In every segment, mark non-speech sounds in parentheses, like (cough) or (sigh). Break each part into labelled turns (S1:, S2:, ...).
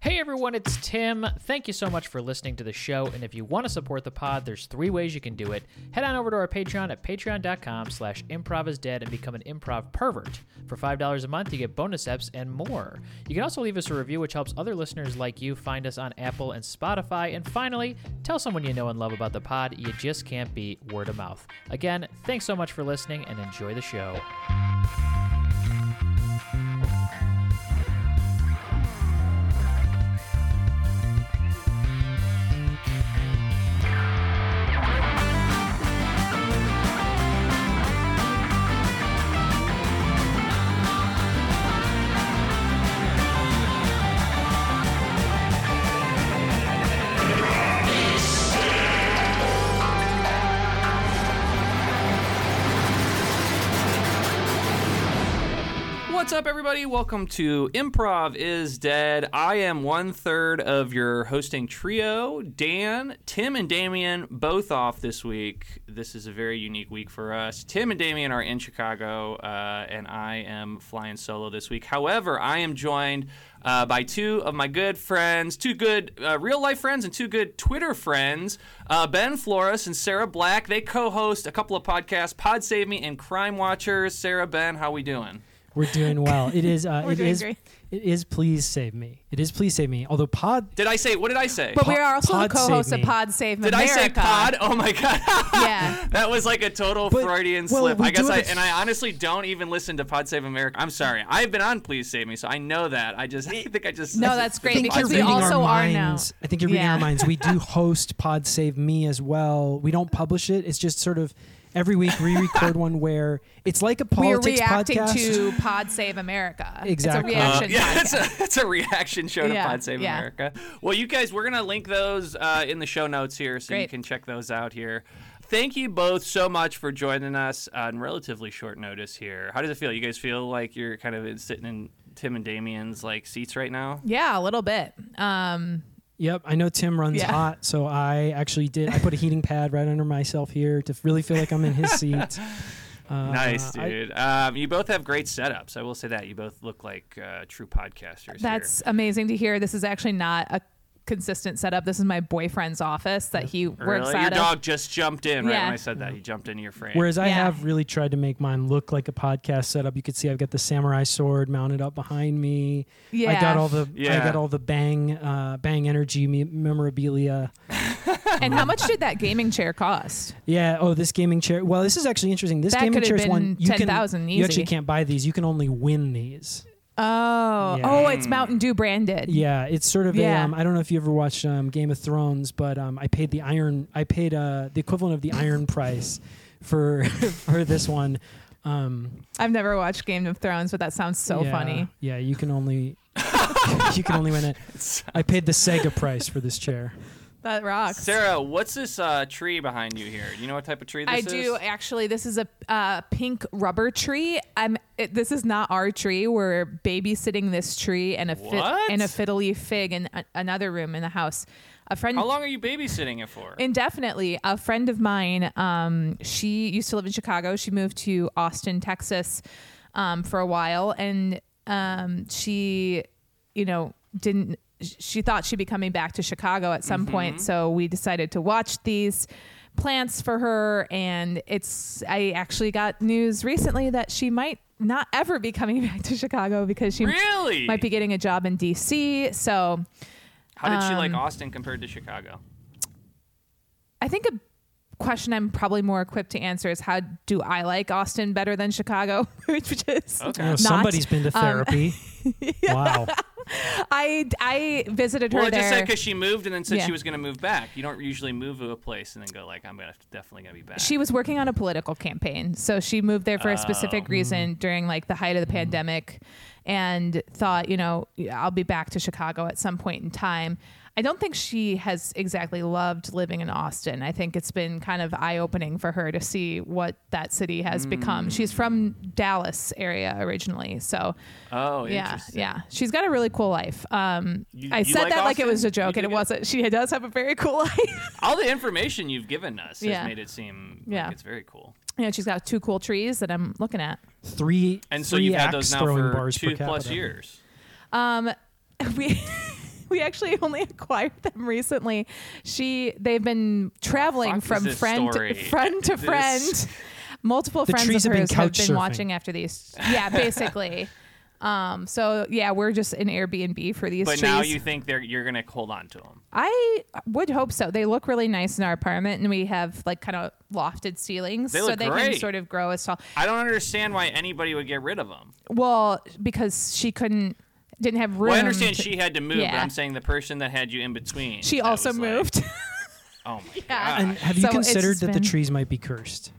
S1: Hey everyone, it's Tim. Thank you so much for listening to the show. And if you want to support the pod, there's three ways you can do it. Head on over to our Patreon at patreon.com slash improvisdead and become an improv pervert. For $5 a month, you get bonus eps and more. You can also leave us a review, which helps other listeners like you find us on Apple and Spotify. And finally, tell someone you know and love about the pod. You just can't beat word of mouth. Again, thanks so much for listening and enjoy the show.
S2: What's up, everybody? Welcome to Improv is Dead. I am one third of your hosting trio. Dan, Tim, and Damien both off this week. This is a very unique week for us. Tim and Damien are in Chicago, uh, and I am flying solo this week. However, I am joined uh, by two of my good friends, two good uh, real life friends, and two good Twitter friends, uh, Ben Flores and Sarah Black. They co host a couple of podcasts, Pod Save Me and Crime Watchers. Sarah, Ben, how we doing?
S3: We're doing well. It is. Uh,
S4: (laughs)
S3: it
S4: We're doing
S3: is.
S4: great.
S3: It is. Please save me. It is. Please save me. Although Pod.
S2: Did I say? What did I say?
S4: But we
S3: Pod-
S4: are also
S3: Pod
S4: the co-hosts
S3: Save
S4: of
S3: Me.
S4: Pod Save
S2: did I
S4: America.
S2: say pod? Oh my god. (laughs)
S3: (laughs)
S4: Yeah.
S2: that was like a total
S3: But-
S2: Freudian
S3: well,
S2: slip.
S3: we
S2: I
S3: do
S2: guess I
S3: have a-
S2: and I honestly don't even listen to Pod Save America. I'm sorry. I've been on Please Save Me, so I know that. I just (laughs) I think I just
S4: No, that's
S3: I
S4: great
S3: think
S4: because
S3: you're
S4: we
S3: reading
S4: also
S3: our
S4: are now.
S3: minds. I think you're reading
S4: Yeah.
S3: our minds. We
S4: (laughs)
S3: do host Pod Save Me as well. We don't publish it. It's just sort of every week we
S4: (laughs)
S3: record one where it's like a
S4: We're
S3: politics
S4: reacting
S3: podcast.
S4: to Pod Save America.
S3: Exactly.
S4: It's a reaction.
S2: Uh, (laughs) yeah,
S4: podcast.
S2: it's a, it's a reaction show to
S4: Yeah,
S2: Pod Save
S4: yeah.
S2: America. Well, you guys, we're gonna link those uh, in the show notes here, so you
S4: Great.
S2: can check those out here. Thank you both so much for joining us on relatively short notice here. How does it feel? You guys feel like you're kind of sitting in Tim and Damien's like seats right now?
S4: Yeah, a little bit. Um,
S3: Yep. I know Tim runs
S4: Yeah.
S3: hot, so I actually did. I put a heating pad right under myself here to really feel like I'm in his
S4: (laughs)
S3: seat. Uh,
S2: Nice,
S3: I-
S2: dude. um, you both have great setups. I will say that you both look like uh, true podcasters.
S4: that's amazing to hear. This is actually not a consistent setup. This is my boyfriend's office that he
S2: here.
S4: works
S2: Really?
S4: out
S2: Your
S4: of.
S2: dog just jumped in right
S4: Yeah.
S2: when I said that. He jumped into your frame.
S3: Whereas I
S4: Yeah.
S3: have really tried to make mine look like a podcast setup. You could see I've got the samurai sword mounted up behind me. I got
S4: Yeah.
S3: all the I
S2: Yeah.
S3: got all the bang uh, bang energy me- memorabilia.
S4: And how much did that gaming chair cost?
S3: Yeah. Oh, this gaming chair. Well, this is actually interesting. This
S4: That
S3: gaming
S4: could have
S3: chair is one
S4: been
S3: you can
S4: 10,000
S3: you actually
S4: easy.
S3: can't buy these. You can only win these.
S4: Oh,
S3: Yeah.
S4: oh,
S2: Hmm.
S4: it's Mountain Dew branded.
S3: Yeah. It's sort of a.
S4: Yeah.
S3: Um, I don't know if you ever watched um, Game of Thrones, but um, I paid the iron. I paid uh, the equivalent of the
S4: (laughs)
S3: iron price for (laughs) for this one. Um,
S4: I've never watched Game of Thrones, but that sounds so
S3: Yeah,
S4: funny.
S3: Yeah, you can
S4: (laughs)
S3: only you can only win it. I paid the Sega price for this chair.
S4: That rocks.
S2: Sarah, what's this uh, tree behind you here? You know what type of tree this
S4: I
S2: is?
S4: do actually. This is a uh, pink rubber tree. I'm. It, this is not our tree. We're babysitting this tree and a fi-
S2: What?
S4: and a fiddly fig in a- another room in the house. A friend
S2: How long are you babysitting it for?
S4: indefinitely. A friend of mine. Um, she used to live in Chicago. She moved to Austin, Texas, um, for a while, and um, she, you know, didn't. She thought she'd be coming back to Chicago at some point, so we decided to watch these plants for her. And it's. I actually got news recently that she might not ever be coming (laughs) back to Chicago because she
S2: really?
S4: might be getting a job in D.C. So
S2: How did she like
S4: um,
S2: Austin compared to Chicago?
S4: I think a question I'm probably more equipped to answer is how do I like Austin better than Chicago? (laughs) Which is
S2: Okay.
S3: Oh,
S2: (laughs) Not-
S3: somebody's been to
S4: Um, (laughs)
S3: therapy. Wow.
S4: I I visited her
S2: Well, I
S4: there.
S2: just said because she moved and then said
S4: Yeah.
S2: she was going to move back. You don't usually move to a place and then go like, I'm gonna definitely going to be back.
S4: she was working on a political campaign, so she moved there for a
S2: Oh.
S4: specific reason during like the height of the
S2: Hmm.
S4: pandemic, and thought, you know, I'll be back to Chicago at some point in time. I don't think she has exactly loved living in Austin. I think it's been kind of eye opening for her to see what that city has become. She's from Dallas area originally, so
S2: Hmm. oh,
S4: yeah
S2: interesting.
S4: yeah she's got a really cool life um
S2: You-
S4: i
S2: you
S4: said
S2: like
S4: that like it
S2: Austin?
S4: was a
S2: You
S4: joke
S2: dig
S4: and it
S2: it?
S4: wasn't she does have a very cool (laughs) life
S2: All the information you've given us
S4: Yeah.
S2: has made it seem
S4: Yeah.
S2: like it's very cool.
S4: you know she's got two cool trees that i'm looking at
S3: Three
S2: And so
S3: three
S2: you've had those
S3: axe
S2: now
S3: throwing
S2: for
S3: bars per
S2: two plus
S3: capita.
S2: years.
S4: um we (laughs) we actually only acquired them recently. She they've been traveling
S2: fuck
S4: from
S2: is this
S4: friend to,
S2: story?
S4: friend to
S2: This- (laughs)
S4: friend. Multiple
S3: The
S4: friends
S3: trees have
S4: of
S3: been
S4: hers have
S3: couch
S4: been
S3: surfing.
S4: watching after these. Yeah,
S2: (laughs)
S4: basically. um. So yeah, we're just an Airbnb for these.
S2: But
S4: trees.
S2: now you think they're you're gonna hold on to them.
S4: I would hope so. They look really nice in our apartment, and we have like kind of lofted ceilings,
S2: They
S4: so
S2: look
S4: they can
S2: great.
S4: sort of grow as tall.
S2: I don't understand why anybody would get rid of them.
S4: Well, because she couldn't, didn't have room.
S2: Well, I understand
S4: to-
S2: she had to move, but
S4: yeah.
S2: I'm saying the person that had you in between.
S4: She
S2: that
S4: also
S2: was like-
S4: moved. (laughs)
S2: oh my
S4: Yeah.
S2: god!
S3: And have you
S4: So it's
S3: considered that the
S4: been-
S3: trees might be cursed?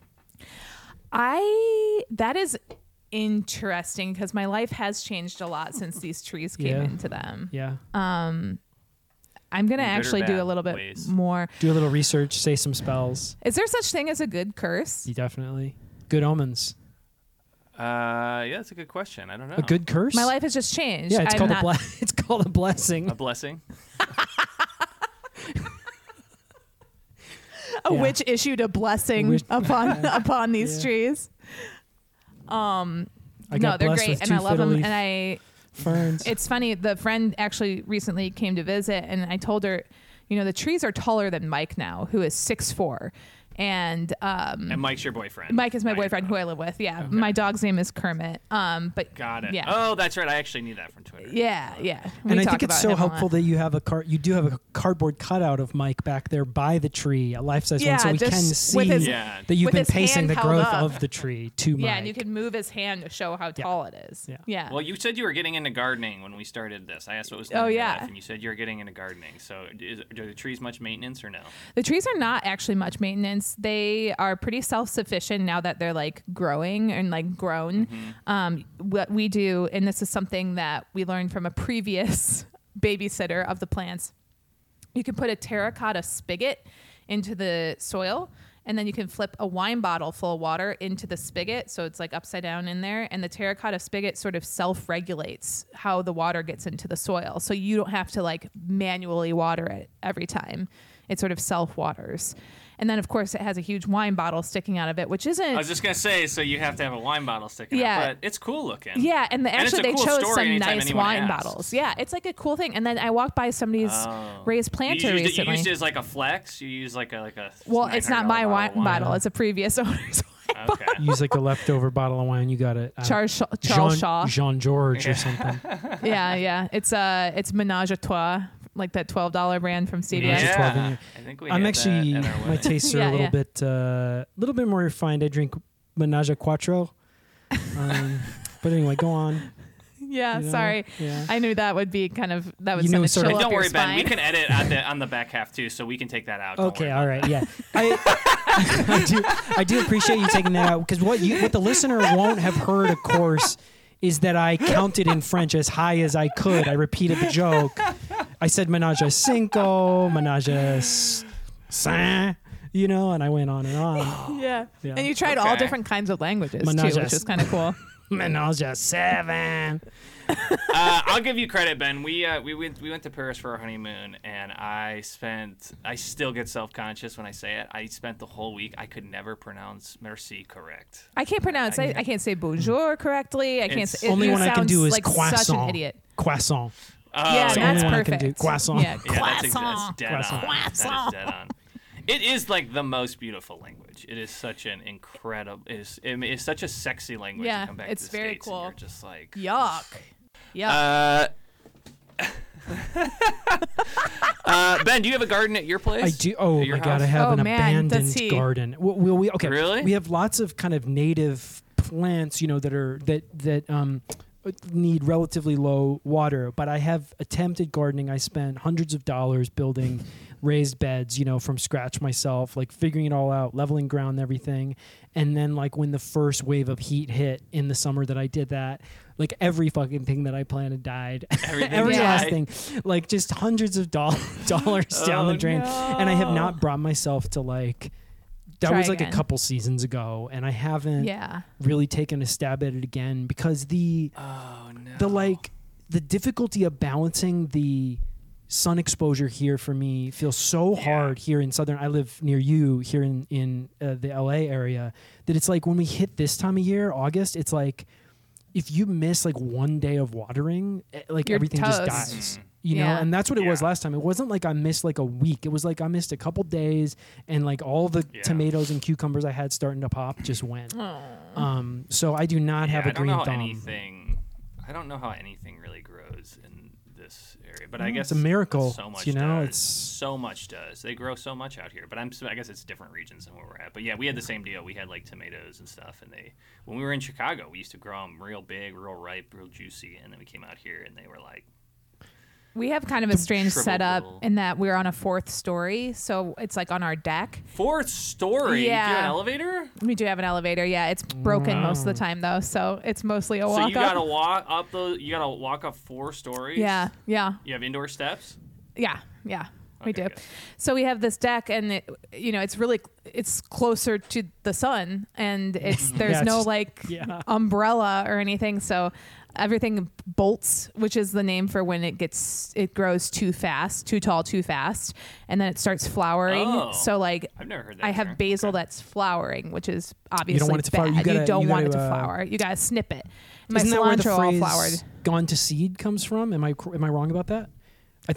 S4: I that is interesting because my life has changed a lot since these trees came
S3: Yeah.
S4: into them.
S3: Yeah.
S4: I'm gonna
S2: In good or
S4: actually do
S2: bad
S4: a little bit
S2: ways.
S4: more.
S3: Do a little research, say some spells.
S4: Is there such thing as a good curse?
S3: You definitely. Good omens.
S2: Uh, yeah, that's a good question. I don't know.
S3: A good curse?
S4: My life has just changed.
S3: yeah, it's
S4: I'm
S3: called
S4: not,
S3: a ble- (laughs) it's called a blessing.
S2: a blessing.
S4: a
S3: Yeah.
S4: witch issued a blessing
S3: Witch-
S4: upon upon
S3: (laughs)
S4: these
S3: Yeah.
S4: trees. Um,
S3: I
S4: no,
S3: got
S4: they're
S3: blessed
S4: great,
S3: with
S4: and
S3: two
S4: I love
S3: fiddle
S4: them.
S3: leaf
S4: And I,
S3: ferns.
S4: it's funny. The friend actually recently came to visit, and I told her, you know, the trees are taller than Mike now, who is six four, and um,
S2: And Mike's your boyfriend.
S4: Mike is my
S2: Now you
S4: boyfriend
S2: know.
S4: who I live with. Yeah, my dog's name is Kermit. Um, but
S2: Got it.
S4: Yeah,
S2: Oh, that's right. I actually knew that from Twitter.
S4: yeah, yeah. We
S3: and I
S4: talk
S3: think it's
S4: about
S3: so
S4: him a lot.
S3: helpful that you have a card. You do have a cardboard cutout of Mike back there by the tree, a life size
S4: Yeah,
S3: one, so we
S4: just
S3: can see
S4: with his-
S2: Yeah.
S3: that you've
S4: with
S3: been
S4: his hand
S3: pacing the
S4: held
S3: growth
S4: up.
S3: of the tree to Mike.
S4: Yeah, and you can move his hand to show how tall it is.
S3: Yeah.
S4: yeah.
S2: Well, you said you were getting into gardening when we started this. I asked what was
S4: Oh,
S2: going on in your
S4: yeah.
S2: life, and you said you were getting into gardening. So, is, do the trees much maintenance or no?
S4: The trees are not actually much maintenance. They are pretty self sufficient now that they're like growing and like grown.
S2: Mm-hmm.
S4: Um, what we do, and this is something that we learned from a previous (laughs) babysitter of the plants, you can put a terracotta spigot into the soil. And then you can flip a wine bottle full of water into the spigot. So it's like upside down in there. And the terracotta spigot sort of self regulates how the water gets into the soil. So you don't have to like manually water it every time. It sort of self waters. And then, of course, it has a huge wine bottle sticking out of it, which isn't.
S2: I was just gonna say, so you have to have a wine bottle sticking.
S4: Yeah.
S2: out, but it's cool looking.
S4: Yeah, and the,
S2: And it's
S4: actually
S2: a cool
S4: they chose
S2: story
S4: some
S2: anytime
S4: nice
S2: anyone
S4: wine
S2: asks.
S4: bottles. Yeah, it's like a cool thing. And then I walked by somebody's
S2: Oh.
S4: raised
S2: You
S4: planter
S2: used, it, you
S4: recently.
S2: used it as like a flex. You use like a like a.
S4: well, it's not my
S2: $900
S4: wine bottle.
S2: bottle.
S4: It's a previous (laughs) owner's wine
S2: of
S4: bottle. (laughs)
S2: wine. Okay.
S3: Use like a leftover bottle of wine you got it.
S4: Charles Shaw. Charles
S3: Jean,
S4: Shaw.
S3: Jean George or something.
S4: yeah, yeah. It's uh, it's Menage a Trois, like that twelve dollar brand from CVS.
S3: Yeah. Just 12 in
S2: Yeah.
S3: here.
S2: I think (laughs) we.
S3: I'm
S2: had
S3: actually
S2: that at our
S3: my
S2: wedding.
S4: (laughs)
S3: tastes are
S4: Yeah,
S3: a little
S4: yeah.
S3: bit uh, a little bit more refined. I drink Menage a
S4: (laughs)
S3: Quattro. Um, but anyway, go on.
S4: (laughs) Yeah,
S3: you know?
S4: sorry.
S3: Yeah.
S4: I knew that would be kind of that would
S3: You
S4: send
S3: knew
S4: a
S3: sort
S4: chill
S3: of-
S2: And
S4: up
S2: don't
S4: your
S2: worry, Ben.
S4: spine.
S2: We can edit on the on the back half too, so we can take that out. Don't
S3: Okay,
S2: worry.
S3: all right, yeah. I, (laughs) I do I do appreciate you taking that out because what you what the listener won't have heard, of course, is that I counted in French as high as I could. I repeated the joke. I said menage a cinco, menage a s- cinq, you know, and I went on and on.
S4: yeah.
S3: Yeah.
S4: and you tried all
S2: Okay.
S4: different kinds of languages
S3: Menage
S4: too,
S3: a-
S4: which is kind of cool.
S3: (gasps) menage a seven.
S2: uh, I'll give you credit, Ben. We uh, we went we went to Paris for our honeymoon, and I spent. I still get self conscious when I say it. I spent the whole week. I could never pronounce merci correct.
S4: I can't pronounce. I, I can't say bonjour correctly. I can't.
S2: It's-
S4: Say, it,
S3: Only
S4: it
S3: one I can
S4: sounds
S3: do is
S4: like
S3: croissant.
S4: Such an idiot.
S3: Croissant.
S2: Oh,
S4: yeah,
S3: the
S4: that's
S3: only one I can
S4: perfect.
S3: do. Croissant.
S4: Yeah,
S2: yeah, that's, ex- that's
S4: croissant.
S2: dead
S3: Croissant.
S2: on. That is dead on. It is like the most beautiful language. It is such an incredible. It is, I mean, it's such a sexy language.
S4: Yeah,
S2: to come back
S4: it's
S2: to the
S4: very
S2: States and
S4: cool.
S2: you're just like
S4: Yuck. Yuck.
S2: Uh, (laughs) uh, ben, do you have a garden at your place?
S3: I do. Oh
S2: At your
S3: my god, I
S2: house?
S3: have
S4: Oh,
S3: an
S4: man, does he.
S3: abandoned garden. W- Will we? Okay.
S2: Really?
S3: We have lots of kind of native plants, you know, that are that that um need relatively low water. But I have attempted gardening. I spent hundreds of dollars building
S4: (laughs)
S3: raised beds, you know, from scratch myself, like figuring it all out, leveling ground and everything. And then like when the first wave of heat hit in the summer that I did that, like every fucking thing that I planted died. (laughs)
S2: Everything
S3: every
S4: died.
S3: last thing. Like just hundreds of doll- (laughs) dollars down
S2: Oh,
S3: the drain. And I have
S2: no.
S3: not brought myself to like that
S4: Try
S3: was like
S4: again.
S3: a couple seasons ago and I haven't
S4: yeah.
S3: really taken a stab at it again because the
S2: Oh no.
S3: the like the difficulty of balancing the sun exposure here for me feels so
S2: Yeah.
S3: hard here in southern i live near you here in in uh, the la area that it's like when we hit this time of year august it's like if you miss like one day of watering eh, like
S4: You're
S3: everything
S4: toast.
S3: just dies you know
S4: Yeah.
S3: and that's what it was
S2: Mm-hmm. Yeah.
S3: last time it wasn't like i missed like a week it was like i missed a couple days and like all the
S2: Yeah.
S3: tomatoes and cucumbers i had starting to pop just went um so i do not have
S2: Yeah,
S3: a
S2: I don't
S3: green
S2: know how
S3: thumb
S2: anything. I don't know how anything really grows in this area, but I guess
S3: it's a miracle,
S2: So much,
S3: you know,
S2: does.
S3: it's-
S2: so much does. They grow so much out here, but I'm. I guess it's different regions than where we're at. But yeah, we had the same deal. We had like tomatoes and stuff, and they when we were in Chicago, we used to grow them real big, real ripe, real juicy, and then we came out here and they were like,
S4: We have kind of a strange
S2: shriveled
S4: setup
S2: little-
S4: in that we're on a fourth story, so it's like on our deck.
S2: fourth story. Do you have
S4: Yeah.
S2: an elevator.
S4: We do have an elevator. Yeah, it's broken most
S3: Mm.
S4: of the time though, so it's mostly a
S2: so
S4: walk
S2: you
S4: up.
S2: gotta walk up those. You gotta walk up four stories.
S4: yeah, yeah,
S2: You have indoor steps.
S4: yeah, yeah. We
S2: Okay,
S4: do.
S2: good.
S4: So we have this deck, and it, you know, it's really it's closer to the sun,
S3: (laughs)
S4: and it's there's
S3: Yeah, it's
S4: no
S3: just-
S4: like
S3: (laughs) yeah.
S4: umbrella or anything. So everything bolts, which is the name for when it gets it grows too fast, too tall, too fast, and then it starts flowering.
S2: Oh.
S4: So like
S2: I've never heard that.
S4: I have
S2: term.
S4: basil that's flowering, which is obviously
S3: want it to
S4: bad.
S3: flower. You gotta-
S4: don't
S3: you
S4: want
S3: gotta,
S4: it to
S3: uh,
S4: flower. You gotta snip it. My
S3: Isn't that where the
S4: cilantro all
S3: phrase
S4: flowered.
S3: "gone to seed" comes from? Am I cor- am I wrong about that?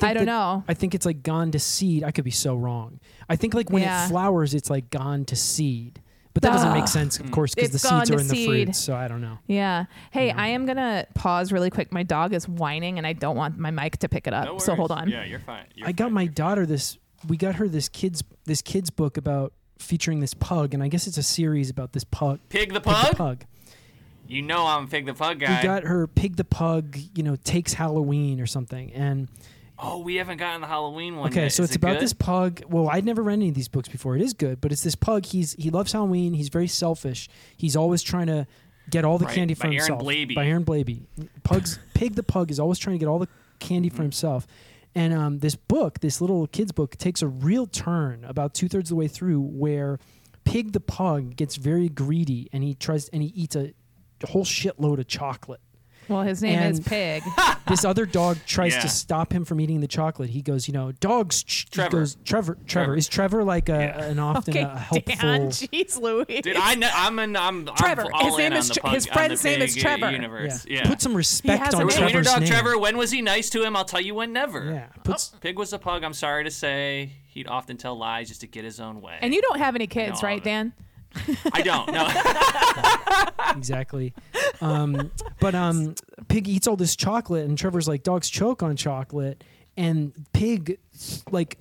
S4: I don't know.
S3: I think it's like gone to seed. I could be so wrong. I think like when
S4: Yeah.
S3: it flowers, it's like gone to seed, but that doesn't
S4: Duh.
S3: make sense, of course, because
S4: It's
S3: the
S4: gone
S3: seeds
S4: to
S3: are in the
S4: seed.
S3: fruit. So I don't know.
S4: Yeah. Hey, I am gonna pause really quick. My dog is whining, and I don't want my mic to pick it up.
S2: No
S4: so hold
S2: worries.
S4: on.
S2: Yeah, you're fine. You're
S3: I got
S2: fine.
S3: my
S2: You're
S3: daughter this. We got her this kids this kids book about featuring this pug, and I guess it's a series about this pug.
S2: Pig the
S3: Pig the
S2: pug?
S3: pug.
S2: You know I'm Fig the Pug guy.
S3: We got her pig the pug. You know, takes Halloween or something, and
S2: oh, we haven't gotten the Halloween one.
S3: Okay,
S2: yet.
S3: so
S2: Is it
S3: it's about
S2: good?
S3: this pug. Well, I'd never read any of these books before. It is good, but it's this pug. He's he loves Halloween. He's very selfish. He's always trying to get all the
S2: Right,
S3: candy
S2: by
S3: for
S2: Aaron
S3: himself.
S2: Blaby.
S3: By Aaron Blaby.
S2: (laughs)
S3: Pugs Pig the pug is always trying to get all the candy
S2: Mm-hmm.
S3: for himself. And um, this book, this little kid's book, takes a real turn about two thirds of the way through where Pig the pug gets very greedy and he tries and he eats a whole shitload of chocolate
S4: Well, his name is
S3: And- (laughs)
S4: Pig.
S3: this other dog tries
S2: Yeah.
S3: to stop him from eating the chocolate. He goes, you know, dogs. sh- he
S2: Trevor.
S3: goes, Trevor. Trevor.
S2: Trevor.
S3: Is Trevor like a,
S2: Yeah.
S3: an often
S4: okay,
S3: a helpful?
S4: Dan. (laughs) Jeez, Louis.
S2: Dude, I know, I'm an, I'm, I'm
S4: Trevor.
S2: all
S4: His
S2: in
S4: name
S2: on
S4: is
S2: the
S4: Tre-
S2: pug,
S4: his
S2: on the
S4: friend's name
S2: pig
S4: is Trevor.
S3: Yeah.
S2: Universe. Yeah.
S3: Put some respect
S4: has a
S3: on
S2: There was a wiener
S3: Trevor's
S2: dog
S3: name.
S2: Trevor. When was he nice to him? I'll tell you when. Never.
S3: Yeah. Puts,
S2: Pig was a pug. I'm sorry to say, he'd often tell lies just to get his own way.
S4: and you don't have any kids,
S2: all
S4: right,
S2: of it.
S3: (laughs)
S4: Dan?
S2: I don't. No.
S3: exactly. Um, but um, Pig eats all this chocolate, and Trevor's like, dogs choke on chocolate, and Pig, like,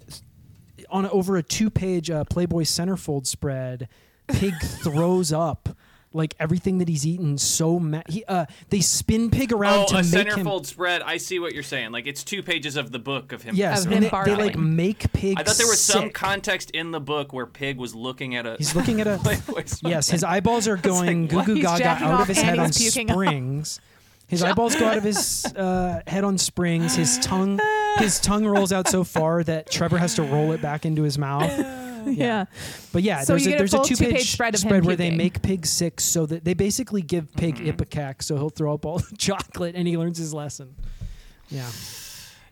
S3: on over a two-page uh, Playboy centerfold spread,
S4: (laughs)
S3: Pig throws up. Like everything that he's eaten, so ma- he, uh, they spin Pig around
S2: oh, (laughs)
S3: to
S2: a
S3: make him.
S2: centerfold spread. I see what you're saying. Like it's two pages of the book of him.
S3: Yes,
S4: Of
S3: and
S4: him
S3: they, they like
S4: barfing.
S3: make pigs.
S2: I thought there was some
S3: sick.
S2: context in the book where Pig was looking at a. (laughs)
S3: He's looking at a.
S2: Playboy's-
S3: yes, his
S4: (laughs)
S3: eyeballs are going
S2: like,
S3: goo
S2: what?
S3: goo
S4: He's
S3: gaga
S4: jacking
S3: out
S4: off
S3: of his
S4: and
S3: head on
S4: he's puking up.
S3: springs. His eyeballs go out of his uh, head on springs. His tongue, his tongue rolls out so far that Trevor has to roll it back into his mouth.
S4: (laughs) Yeah.
S3: But yeah,
S4: So
S3: there's
S4: you
S3: a,
S4: get a
S3: there's
S4: full
S3: two-page,
S4: two-page spread of him
S3: where they
S4: puking. Mm-hmm.
S3: make pigs sick, so that they basically give pig ipecac, so he'll throw up all the (laughs) chocolate, and he learns his lesson. Yeah.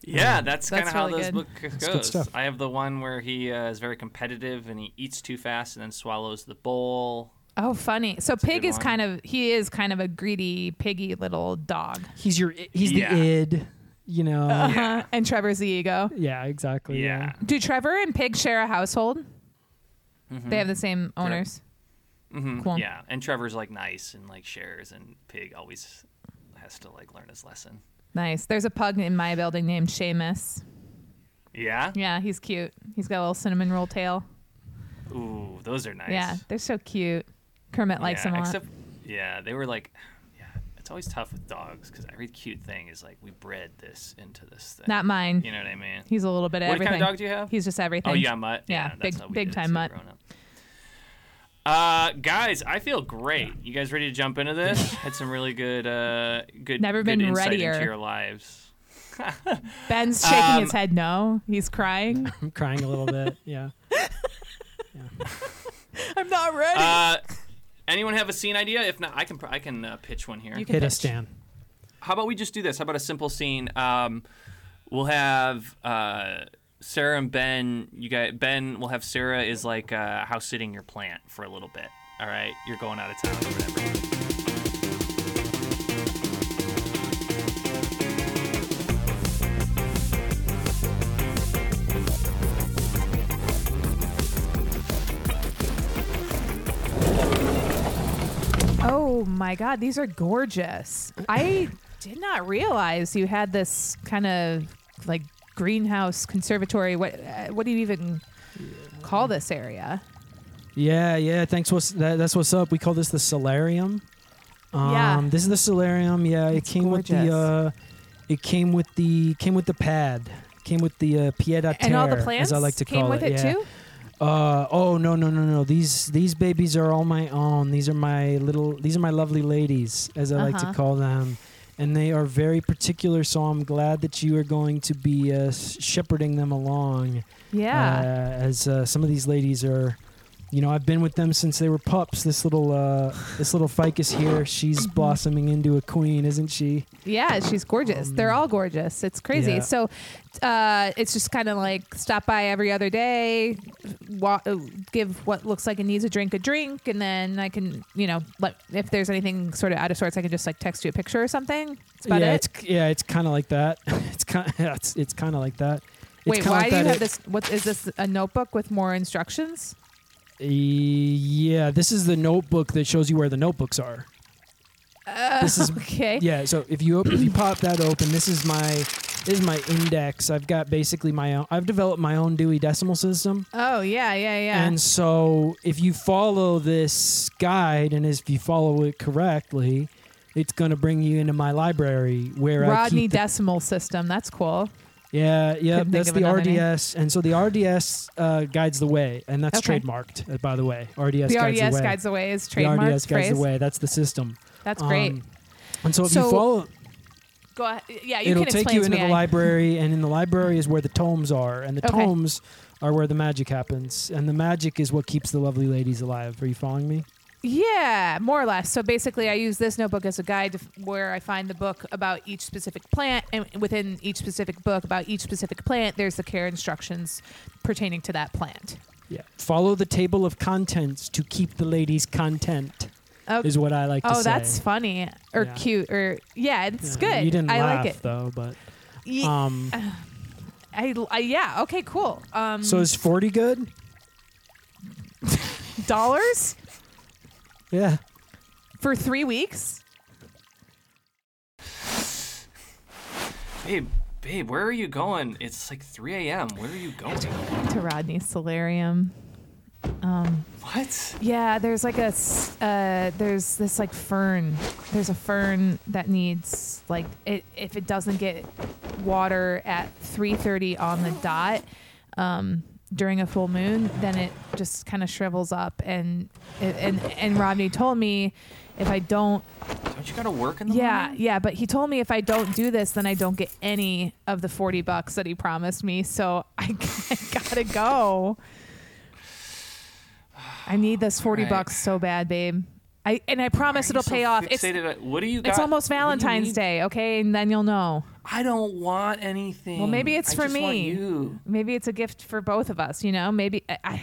S2: Yeah, that's,
S4: That's
S2: kind of how
S4: really
S2: those
S4: good.
S2: book goes.
S3: good stuff.
S2: I have the one where he uh, is very competitive and he eats too fast and then swallows the bowl.
S4: Oh, funny. So
S2: a
S4: Pig
S2: good
S4: is
S2: one.
S4: kind of he is kind of a greedy, piggy little dog.
S3: He's your. He's
S2: Yeah.
S3: the id. You know.
S4: Uh-huh. And Trevor's the ego.
S3: yeah.
S4: Oh,
S3: Exactly.
S2: Yeah.
S4: Do Trevor and Pig share a household?
S2: Mm-hmm.
S4: They have the same owners.
S2: Mhm.
S4: Cool.
S2: Yeah, and Trevor's like nice and like shares, and Pig always has to like learn his lesson.
S4: Nice. There's a pug in my building named Seamus.
S2: Yeah.
S4: Yeah, he's cute. He's got a little cinnamon roll tail.
S2: Ooh, those are nice.
S4: Yeah, they're so cute. Kermit likes
S2: Yeah,
S4: them a lot.
S2: Except, yeah, they were like, yeah, it's always tough with dogs because every cute thing is like we bred this into this thing.
S4: Not mine.
S2: You know what I mean?
S4: He's a little bit of
S2: What kind of
S4: everything.
S2: dog do you have?
S4: He's just everything.
S2: Oh, you got mutt.
S4: Yeah,
S2: that's
S4: big-
S2: how we
S4: big
S2: did it
S4: time
S2: too,
S4: mutt.
S2: growing up. Uh, guys, I feel great. You guys ready to jump into this?
S4: (laughs)
S2: Had some really good, uh, good,
S4: Never
S2: good
S4: been
S2: insight
S4: readier.
S2: into your lives.
S4: Ben's shaking
S2: Um,
S4: his head no. He's
S2: (laughs)
S4: crying.
S3: I'm crying a little
S4: (laughs)
S3: bit. Yeah.
S4: I'm not ready.
S2: Uh, anyone have a scene idea? If not, I can pr- I can uh, pitch one here.
S4: You can-
S3: Hit us,
S4: pitch.
S3: Dan.
S2: How about we just do this? How about a simple scene? Um, we'll have uh, Sarah and Ben. You guys, Ben will have Sarah is like uh, house sitting your plant for a little bit. All right, you're going out of town or whatever.
S4: Oh my god, these are gorgeous. I (laughs) did not realize you had this kind of like greenhouse conservatory. What uh, what do you even call this area?
S3: Yeah, yeah. Thanks. What's that, that's what's up. We call this the solarium. Um,
S4: Yeah.
S3: This is the solarium. Yeah, it
S4: It's
S3: came with
S4: gorgeous.
S3: the. Uh, it came with the came with the pad. Came with the uh, pied a
S4: And all the
S3: terre,
S4: plants
S3: as I like to
S4: came
S3: call
S4: with
S3: it.
S4: it,
S3: yeah.
S4: too.
S3: Uh, oh no no no no. These these babies are all my own. These are my little. These are my lovely ladies, as I like to
S4: Uh-huh.
S3: call them. And they are very particular, so I'm glad that you are going to be uh, s- shepherding them along
S4: Yeah.
S3: uh, as uh, some of these ladies are you know i've been with them since they were pups this little uh, this little ficus here she's
S4: Mm-hmm.
S3: blossoming into a queen isn't she
S4: yeah, she's gorgeous. They're all gorgeous. It's crazy.
S3: um, Yeah.
S4: So uh, it's just kind of like stop by every other day, wa- uh, give what looks like it needs a drink a drink, and then I can, you know, let, if there's anything sort of out of sorts, I can just like text you a picture or something. That's about
S3: yeah
S4: it.
S3: it's yeah it's kind of like that (laughs) it's kind it's, it's kind of like that it's
S4: Wait,
S3: kinda
S4: why
S3: like
S4: do you
S3: that
S4: have
S3: it-
S4: this? What is this? A notebook with more instructions?
S3: e, yeah this is the notebook that shows you where the notebooks are this is
S4: Uh, (laughs) Okay.
S3: yeah so if you op- if you pop that open this is my this is my index i've got basically my own i've developed my own dewey decimal system
S4: Oh yeah, yeah, yeah.
S3: And so if you follow this guide and if you follow it correctly, it's going to bring you into my library where I
S4: Rodney
S3: keep the-
S4: decimal system. That's cool.
S3: yeah, yeah,
S4: Couldn't think
S3: that's
S4: of
S3: the
S4: another name.
S3: RDS. And so the RDS uh, guides the way, and that's
S4: Okay.
S3: trademarked, uh, by the way. RDS
S4: The
S3: guides the
S4: RDS
S3: way.
S4: guides the way is
S3: the
S4: trademark
S3: RDS guides
S4: phrase.
S3: the way. That's the system.
S4: That's great.
S3: Um, and so if
S4: So
S3: you follow,
S4: Go ahead. Yeah, you
S3: it'll
S4: can
S3: take
S4: explain
S3: you
S4: to
S3: into
S4: me.
S3: the
S4: I-
S3: library, and in the library is where the tomes are, and the
S4: Okay.
S3: tomes are where the magic happens, and the magic is what keeps the lovely ladies alive. Are you following me?
S4: Yeah, more or less. So basically, I use this notebook as a guide to f- where I find the book about each specific plant, and within each specific book about each specific plant, there's the care instructions pertaining to that plant.
S3: Yeah. Follow the table of contents to keep the ladies content
S4: Oh,
S3: is what I like to
S4: oh
S3: say.
S4: that's funny or
S3: Yeah.
S4: cute or yeah, it's
S3: Yeah,
S4: good.
S3: You didn't
S4: I
S3: laugh
S4: like it.
S3: though, but
S4: Ye-
S3: um,
S4: I, I- yeah. Okay. Cool. Um,
S3: so is forty good?
S4: dollars
S3: Yeah.
S4: for three weeks.
S2: Babe, babe, where are you going? It's like 3 a.m. Where are you going?
S4: to Rodney's solarium. Um,
S2: What?
S4: yeah, there's like a s- uh, there's this like fern. There's a fern that needs like it, if it doesn't get water at 3:30 on the dot um, during a full moon, then it just kind of shrivels up. And and and Rodney told me if I don't
S2: Don't you gotta work in the
S4: yeah,
S2: morning?
S4: yeah, but he told me if I don't do this, then I don't get any of the 40 bucks that he promised me. So I, (laughs) I gotta go. I
S2: (sighs)
S4: need this 40
S2: Right.
S4: bucks so bad, babe. I and I promise it'll pay off. It's
S2: Fixated at- what do you got?
S4: it's almost
S2: what do you
S4: Valentine's
S2: need?
S4: Day, okay? And then you'll know.
S2: I don't want anything.
S4: Well, maybe it's
S2: I
S4: for
S2: just want
S4: me.
S2: you.
S4: Maybe it's a gift for both of us, you know? Maybe I I,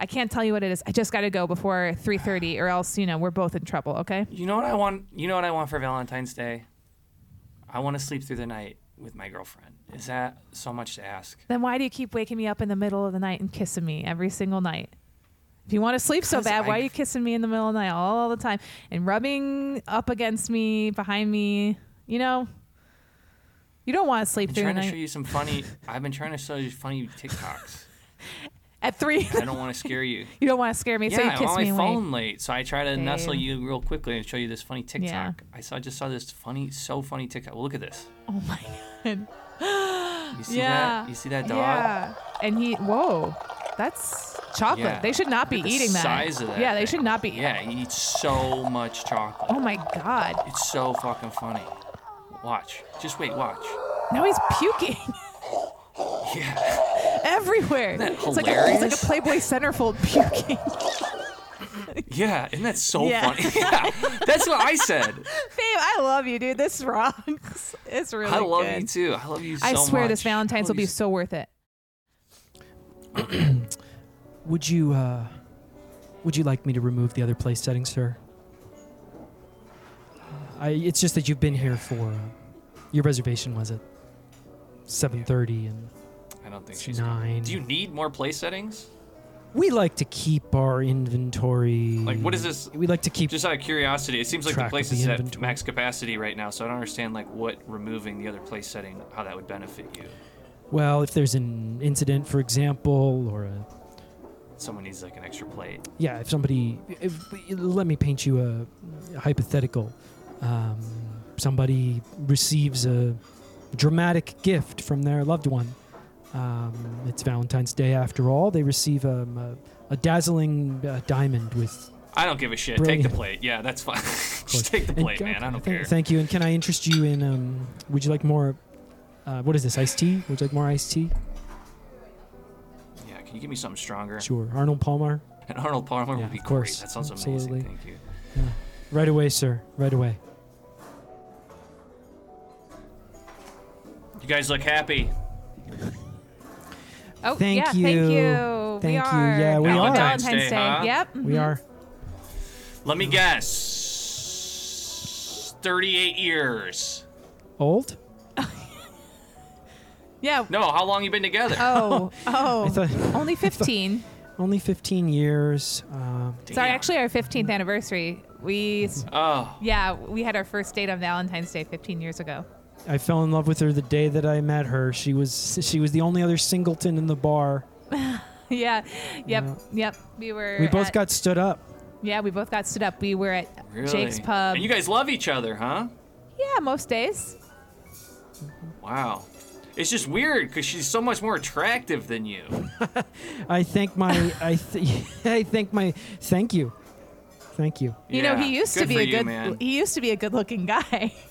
S4: I can't tell you what it is. I just got to go before 3:30 or else, you know, we're both in trouble, okay?
S2: You know what I want? You know what I want for Valentine's Day? I want to sleep through the night with my girlfriend. Is that so much to ask?
S4: Then why do you keep waking me up in the middle of the night and kissing me every single night? If you want to sleep so
S2: 'Cause
S4: bad, why
S2: I-
S4: are you kissing me in the middle of the night all the time and rubbing up against me, behind me? You know, you don't want to sleep
S2: I'm
S4: through the
S2: trying to
S4: night
S2: show you some funny. I've been trying to show you
S4: (laughs)
S2: funny TikToks.
S4: at three.
S2: I don't want to scare you.
S4: (laughs) you don't want to scare me, so you
S2: yeah, I'm
S4: kiss
S2: on
S4: me
S2: my
S4: awake.
S2: phone late, so I try to nestle
S4: Same.
S2: you real quickly and show you this funny TikTok.
S4: Yeah.
S2: I saw just saw this funny, so funny TikTok. Look at this.
S4: Oh my (laughs) god.
S2: You see
S4: yeah.
S2: that? You see that dog?
S4: Yeah. And he. Whoa. That's chocolate.
S2: Yeah.
S4: They should not be
S2: Look at the
S4: eating that.
S2: Size of that.
S4: Yeah,
S2: thing.
S4: they should not be.
S2: Yeah, he eats so much chocolate.
S4: Oh my god.
S2: It's so fucking funny. Watch. Just wait. Watch.
S4: Now he's puking. Everywhere.
S2: that
S4: it's like a, it's like a
S2: hilarious?
S4: Playboy centerfold puking.
S2: (laughs)
S4: (laughs)
S2: Yeah, isn't that so
S4: Yeah.
S2: funny? (laughs) yeah, that's what I said.
S4: (laughs) Babe, I love you, dude. This rocks. It's really
S2: I love
S4: good.
S2: you too. I love you so
S4: Oh I
S2: much.
S4: swear this
S2: I
S4: Valentine's
S2: love
S4: will
S2: you
S4: be so worth it.
S3: Would you uh, would you like me to remove the other place setting, sir? I, it's just that you've been here for uh, your reservation was at seven thirty and
S2: so- I don't think
S3: it's
S2: she's.
S3: nine.
S2: Do you need more play settings?
S3: we like to keep our inventory.
S2: Like, what is this?
S3: We like to keep.
S2: Just out of curiosity, it seems like
S3: Track
S2: the
S3: of
S2: place
S3: the
S2: is at
S3: inventory.
S2: max capacity right now, so I don't understand like what removing the other place setting how that would benefit you.
S3: well, if there's an incident, for example, or a
S2: Someone needs like an extra plate.
S3: yeah, if somebody, if, let me paint you a hypothetical. Um, somebody receives a dramatic gift from their loved one. Um, it's Valentine's Day after all. They receive um, a, a dazzling uh, diamond with.
S2: I don't give a shit. Take
S3: Brilliant.
S2: the plate. Yeah, that's (laughs) fine. Just
S3: course.
S2: take the
S3: And-
S2: plate, man. I don't
S3: thank,
S2: care.
S3: Thank you. And can I interest you in? Um, would you like more? Uh, what is this? Iced tea? Would you like more iced tea?
S2: Yeah, can you give me something stronger? (laughs)
S3: Sure. Arnold Palmer.
S2: And Arnold Palmer
S3: Yeah,
S2: would be
S3: of course.
S2: great. That sounds
S3: Absolutely.
S2: amazing. Thank you.
S3: Right away, sir. Right away.
S2: You guys look happy.
S4: Oh,
S3: Thank
S4: yeah,
S3: you.
S4: thank you. we
S3: Thank you.
S4: are.
S3: Yeah, we
S4: Happy
S3: are.
S4: Valentine's
S2: Valentine's
S4: Day.
S2: Day, huh?
S4: Yep.
S3: We are.
S2: Let me guess. 38 years.
S3: Old?
S4: Yeah.
S2: No, how long you been together? (laughs)
S4: Oh, oh.
S3: I thought
S4: Only 15.
S3: only 15 years. Um,
S4: It's our, actually our 15th anniversary. We, s-
S2: Oh,
S4: yeah, we had our first date on Valentine's Day 15 years ago. (laughs)
S3: I fell in love with her the day that I met her. She was she was the only other singleton in the bar.
S4: yeah. Yep.
S3: Yeah.
S4: Yep. We were.
S3: We both
S4: at-
S3: got stood up.
S4: Yeah, we both got stood up. We were at
S2: really?
S4: Jake's Pub.
S2: And you guys love each other, huh?
S4: yeah, most days.
S2: Wow. It's just weird because she's so much more attractive than you.
S3: I thank my I th- (laughs) I thank my thank you, thank you.
S4: You know, he used to be a good. He used to be a good-looking guy. (laughs)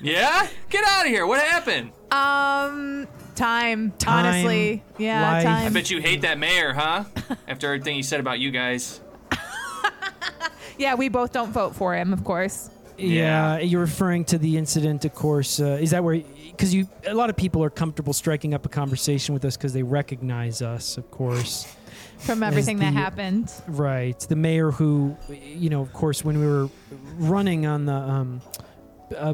S2: Yeah? Get out of here. What happened?
S4: Um, time.
S3: Time,
S4: honestly, yeah,
S3: life.
S2: I
S4: time.
S2: bet you hate that mayor,
S4: (laughs)
S2: huh? After everything he said about you guys.
S4: yeah, we both don't vote for him, of course.
S2: Yeah.
S3: Yeah, you're referring to the incident, of course. Uh, is that where? Because you a lot of people are comfortable striking up a conversation with us because they recognize us, of course.
S4: From everything that
S3: the-
S4: happened.
S3: Right. The mayor who, you know, of course, when we were running on the um, uh,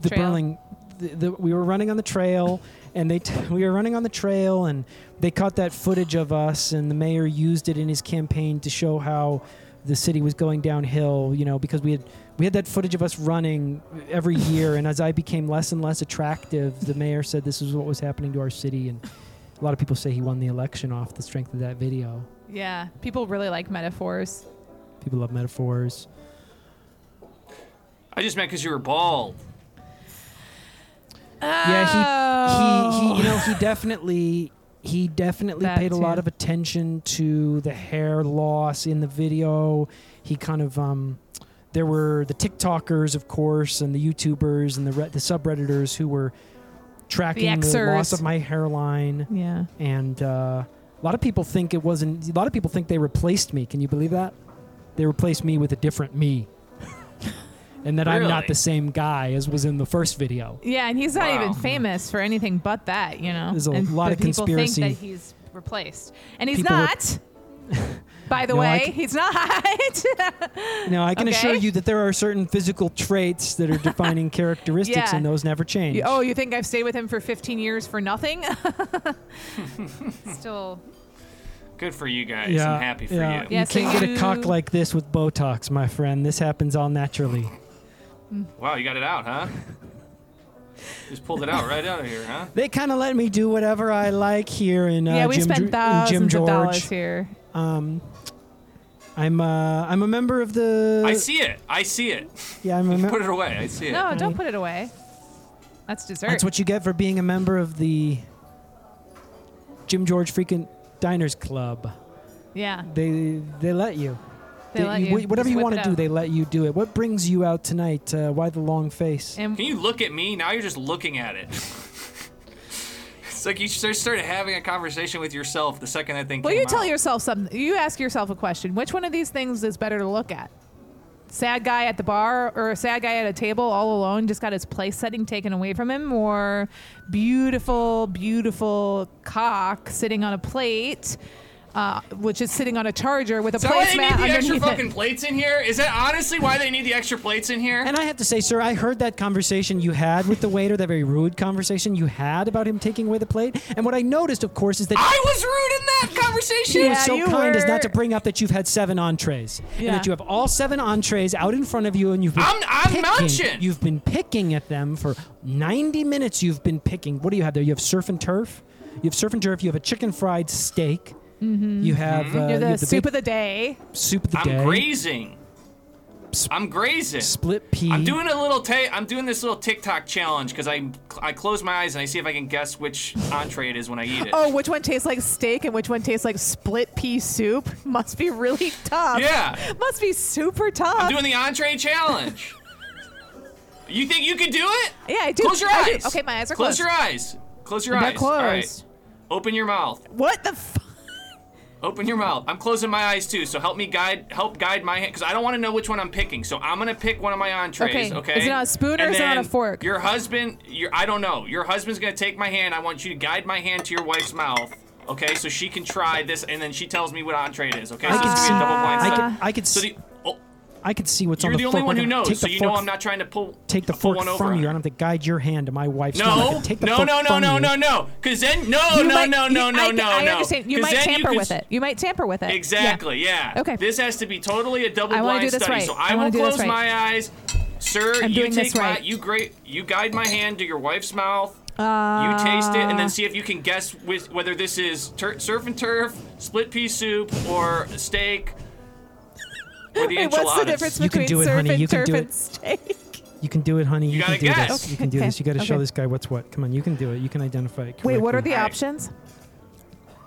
S3: the
S4: Trail.
S3: Burling, the, the, we were running on the trail, and they t- (laughs) we were running on the trail, and they caught that footage of us, and the mayor used it in his campaign to show how the city was going downhill. You know, because we had we had that footage of us running every year, and as I became less and less attractive, the mayor said this is what was happening to our city, and a lot of people say he won the election off the strength of that video.
S4: Yeah, people really like metaphors.
S3: People love metaphors.
S2: I just meant because you were bald.
S3: Yeah, he, he, he
S4: Oh.
S3: you know he definitely he definitely
S4: That
S3: paid a lot
S4: too.
S3: of attention to the hair loss in the video. He kind of um there were the TikTokers of course and the YouTubers and the re- the subredditors who were tracking the,
S4: Xers.
S3: loss of my hairline
S4: yeah.
S3: and uh, a lot of people think it wasn't a lot of people think they replaced me. Can you believe that? They replaced me with a different me. (laughs) and that I'm
S2: Really?
S3: not the same guy as was in the first video.
S4: Yeah, and he's not
S2: Wow.
S4: even famous for anything but that, you know.
S3: There's a
S4: and
S3: lot
S4: the
S3: of
S4: people
S3: conspiracy.
S4: think that he's replaced, and he's
S3: People
S4: not.
S3: (laughs)
S4: By the
S3: No, I
S4: way,
S3: c-
S4: he's not. (laughs)
S3: Now, I can assure
S4: Okay.
S3: you that there are certain physical traits that are
S4: (laughs)
S3: defining characteristics,
S4: Yeah.
S3: and those never change.
S4: You- oh, you think I've stayed with him for 15 years for nothing? (laughs) Still,
S2: Good for you guys.
S3: yeah,
S2: I'm happy for
S3: yeah.
S2: you.
S4: Yeah, so
S3: can't get
S4: you-
S3: a cock like this with Botox, my friend. This happens all naturally.
S2: Wow, you got it out, huh? Just pulled it out right out of here, huh?
S3: They kind of let me do whatever I like here in uh,
S4: yeah, we
S3: Jim,
S4: spent
S3: Dr- in
S4: thousands
S3: Jim
S4: of
S3: George.
S4: dollars here.
S3: Um, I'm uh, I'm a member of the.
S2: I see it. I see
S3: (laughs)
S2: it.
S3: Yeah, I'm a
S2: Put
S3: member.
S2: it away. I see it.
S4: No, don't put it away. That's dessert.
S3: That's what you get for being a member of the Jim George freaking Diners Club.
S4: yeah,
S3: They they let you.
S4: they
S3: wh-
S4: let you.
S3: Whatever
S4: just
S3: you
S4: whip
S3: want
S4: it
S3: to do,
S4: up.
S3: they let you do it. What brings you out tonight? Uh, why the long face?
S4: And
S2: Can you look at me? Now you're just looking at it. (laughs) it's like you start- started having a conversation with yourself the second that thing
S4: well,
S2: came
S4: you tell
S2: out.
S4: yourself something. You ask yourself a question. Which one of these things is better to look at? Sad guy at the bar, or a sad guy at a table all alone, just got his place setting taken away from him, or beautiful, beautiful cock sitting on a plate uh, which is sitting on a charger with a
S2: Is that why they
S4: placemat
S2: need the extra
S4: underneath
S2: fucking
S4: it.
S2: plates in here? Is that honestly why they need the extra plates in here?
S3: And I have to say, sir, I heard that conversation you had with the waiter, that very rude conversation you had about him taking away the plate. And what I noticed, of course, is that
S2: I was rude in that conversation.
S3: he
S4: Ah, Yeah,
S3: was so
S4: you
S3: kind as not to
S4: were-
S3: bring up that you've had seven entrees
S4: Yeah.
S3: and that you have all seven entrees out in front of you, and you've been
S2: I'm- I'm
S3: picking,
S2: munching.
S3: You've been picking at them for 90 minutes. You've been picking. What do you have there? You have surf and turf. You have surf and turf. You have a chicken fried steak. You have uh,
S4: (laughs) Mm-hmm. You're
S3: you
S4: the
S3: have
S4: soup
S3: big
S4: of the day.
S3: soup of the
S2: I'm
S3: day.
S2: grazing. I'm grazing.
S3: Split pea.
S2: I'm doing a little. Ta- I'm doing this little TikTok challenge because I I close my eyes and I see if I can guess which entree it is when I eat it.
S4: Oh, which one tastes like steak and which one tastes like split pea soup? (laughs) Must be really tough.
S2: Yeah.
S4: Must be super tough.
S2: I'm doing the entree challenge. you think you could do it?
S4: yeah, I do.
S2: Close your
S4: I do.
S2: eyes.
S4: Okay, my eyes are
S2: Close
S4: closed.
S2: your eyes. Close your
S4: They're
S2: eyes. All right.
S4: closed.
S2: Open your mouth.
S4: What the fuck?
S2: Open your mouth. I'm closing my eyes too. So help me guide. Help guide my hand because I don't want to know which one I'm picking. So I'm gonna pick one of my entrees.
S4: Okay.
S2: Okay.
S4: Is it on a spoon or
S2: And
S4: is it on a
S2: then
S4: fork?
S2: Your husband. Your I don't know. Your husband's gonna take my hand. I want you to guide my hand to your wife's mouth. Okay. So she can try this and then she tells me what entree it is. Okay.
S3: I
S2: So
S3: can
S2: it's
S3: see.
S2: gonna be a double blind
S3: I
S2: side.
S3: can. I can.
S2: So
S3: see.
S2: the, oh,
S3: I can see what's
S2: you're
S3: on
S2: the,
S3: the,
S2: only
S3: fork.
S2: one
S3: We're
S2: who
S3: gonna
S2: knows.
S3: Take
S2: So
S3: the
S2: you
S3: fork
S2: know I'm not trying to pull.
S3: take the
S2: pull
S3: fork
S2: one over
S3: from
S2: on
S3: you. I
S2: her.
S3: don't have to guide your hand to my wife's mouth. I
S2: No,
S3: can take the
S2: no,
S3: fork
S2: no, no,
S3: from
S2: no,
S3: you.
S2: no, no. Because then, no,
S4: You
S2: Oh, no,
S4: might-
S2: no,
S4: you-
S2: no,
S4: I
S2: no,
S4: can-
S2: no,
S4: I
S2: no.
S4: understand. You
S2: 'Cause
S4: might
S2: then
S4: tamper
S2: could
S4: with
S2: s-
S4: it. You might tamper with it.
S2: Exactly. Yeah.
S4: Okay.
S2: This has to be totally a double
S4: I wanna
S2: blind
S4: do this
S2: study.
S4: right.
S2: So
S4: I
S2: I,
S4: wanna
S2: will
S4: do this
S2: close
S4: right.
S2: my eyes. Sir,
S4: I'm
S2: you
S4: doing this
S2: take my
S4: right.
S2: you great you guide my hand to your wife's mouth.
S4: Uh,
S2: you taste it and then see if you can guess with whether this is tur- surf and turf, split pea soup, or steak. Or the
S4: Wait, what's the
S2: enchiladas.
S4: difference
S3: You can
S4: between
S3: do it,
S4: surf
S3: honey.
S4: and
S3: You can
S4: turf
S3: do
S4: and
S3: it.
S4: steak?
S3: You can do it, honey. You,
S2: gotta
S3: can do
S2: guess.
S3: this. You can do this. You got to show
S4: Okay.
S3: this guy what's what. Come on, you can do it. You can identify. It
S4: Wait, what are
S3: correctly.
S4: the
S2: All right.
S4: options?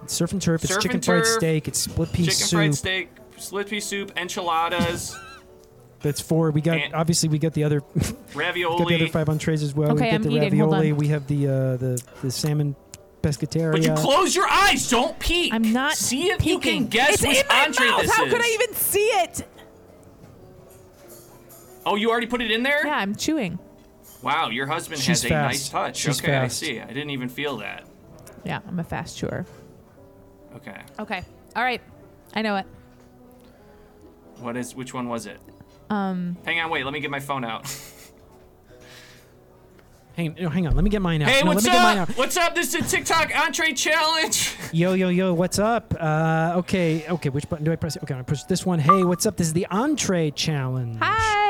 S3: It's surf and turf? It's
S2: Surf
S3: chicken
S2: and
S3: fried
S2: turf,
S3: steak. It's split pea
S2: Chicken
S3: soup.
S2: fried steak, split pea soup,
S3: (laughs)
S2: enchiladas,
S3: That's four. We got
S2: And-
S3: obviously we got the other (laughs) we got the
S2: ravioli.
S3: other five entrees as well.
S4: Okay,
S3: we got
S4: I'm
S3: the
S4: eating. Hold
S3: ravioli.
S4: on.
S3: We have the uh, the the salmon pescatarian.
S2: But you close your eyes. Don't peek.
S4: I'm not
S2: See if you can
S4: peeking.
S2: guess
S4: it's
S2: which
S4: in my
S2: entree
S4: mouth.
S2: this
S4: How
S2: is.
S4: could I even see it?
S2: Oh, you already put it in there?
S4: Yeah, I'm chewing.
S2: Wow, your husband
S3: She's
S2: has a
S3: fast.
S2: nice touch.
S3: She's
S2: okay,
S3: fast.
S2: I see. I didn't even feel that.
S4: Yeah, I'm a fast chewer.
S2: Okay.
S4: Okay. All right. I know it.
S2: What is which one was it? Um Hang on, wait, let me get my phone
S3: (laughs)
S2: out.
S3: hang, no, hang on. Let me get mine out.
S2: hey,
S3: No,
S2: what's
S3: let me get mine
S2: up?
S3: out.
S2: What's up? This is a TikTok entree challenge.
S3: Yo, yo, yo, what's up? Uh, okay, okay, which button do I press? Okay, I press this one. Hey, what's up? This is the entree challenge.
S4: Hi.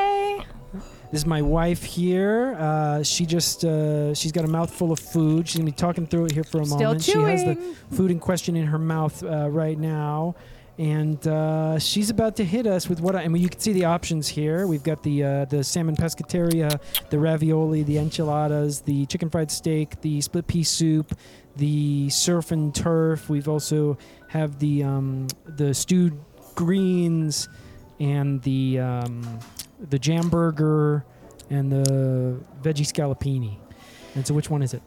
S3: This is my wife here. Uh, she just uh, she's got a mouthful of food. She's gonna be talking through it here for a
S4: Still
S3: moment. She has
S4: chewing.
S3: the food in question in her mouth uh, right now, and uh, she's about to hit us with what. I, and you can see the options here. We've got the uh, the salmon pescataria, the ravioli, the enchiladas, the chicken fried steak, the split pea soup, the surf and turf. We've also have the um, the stewed greens and the um, the jam burger and the veggie scallopini. And so, which one is it?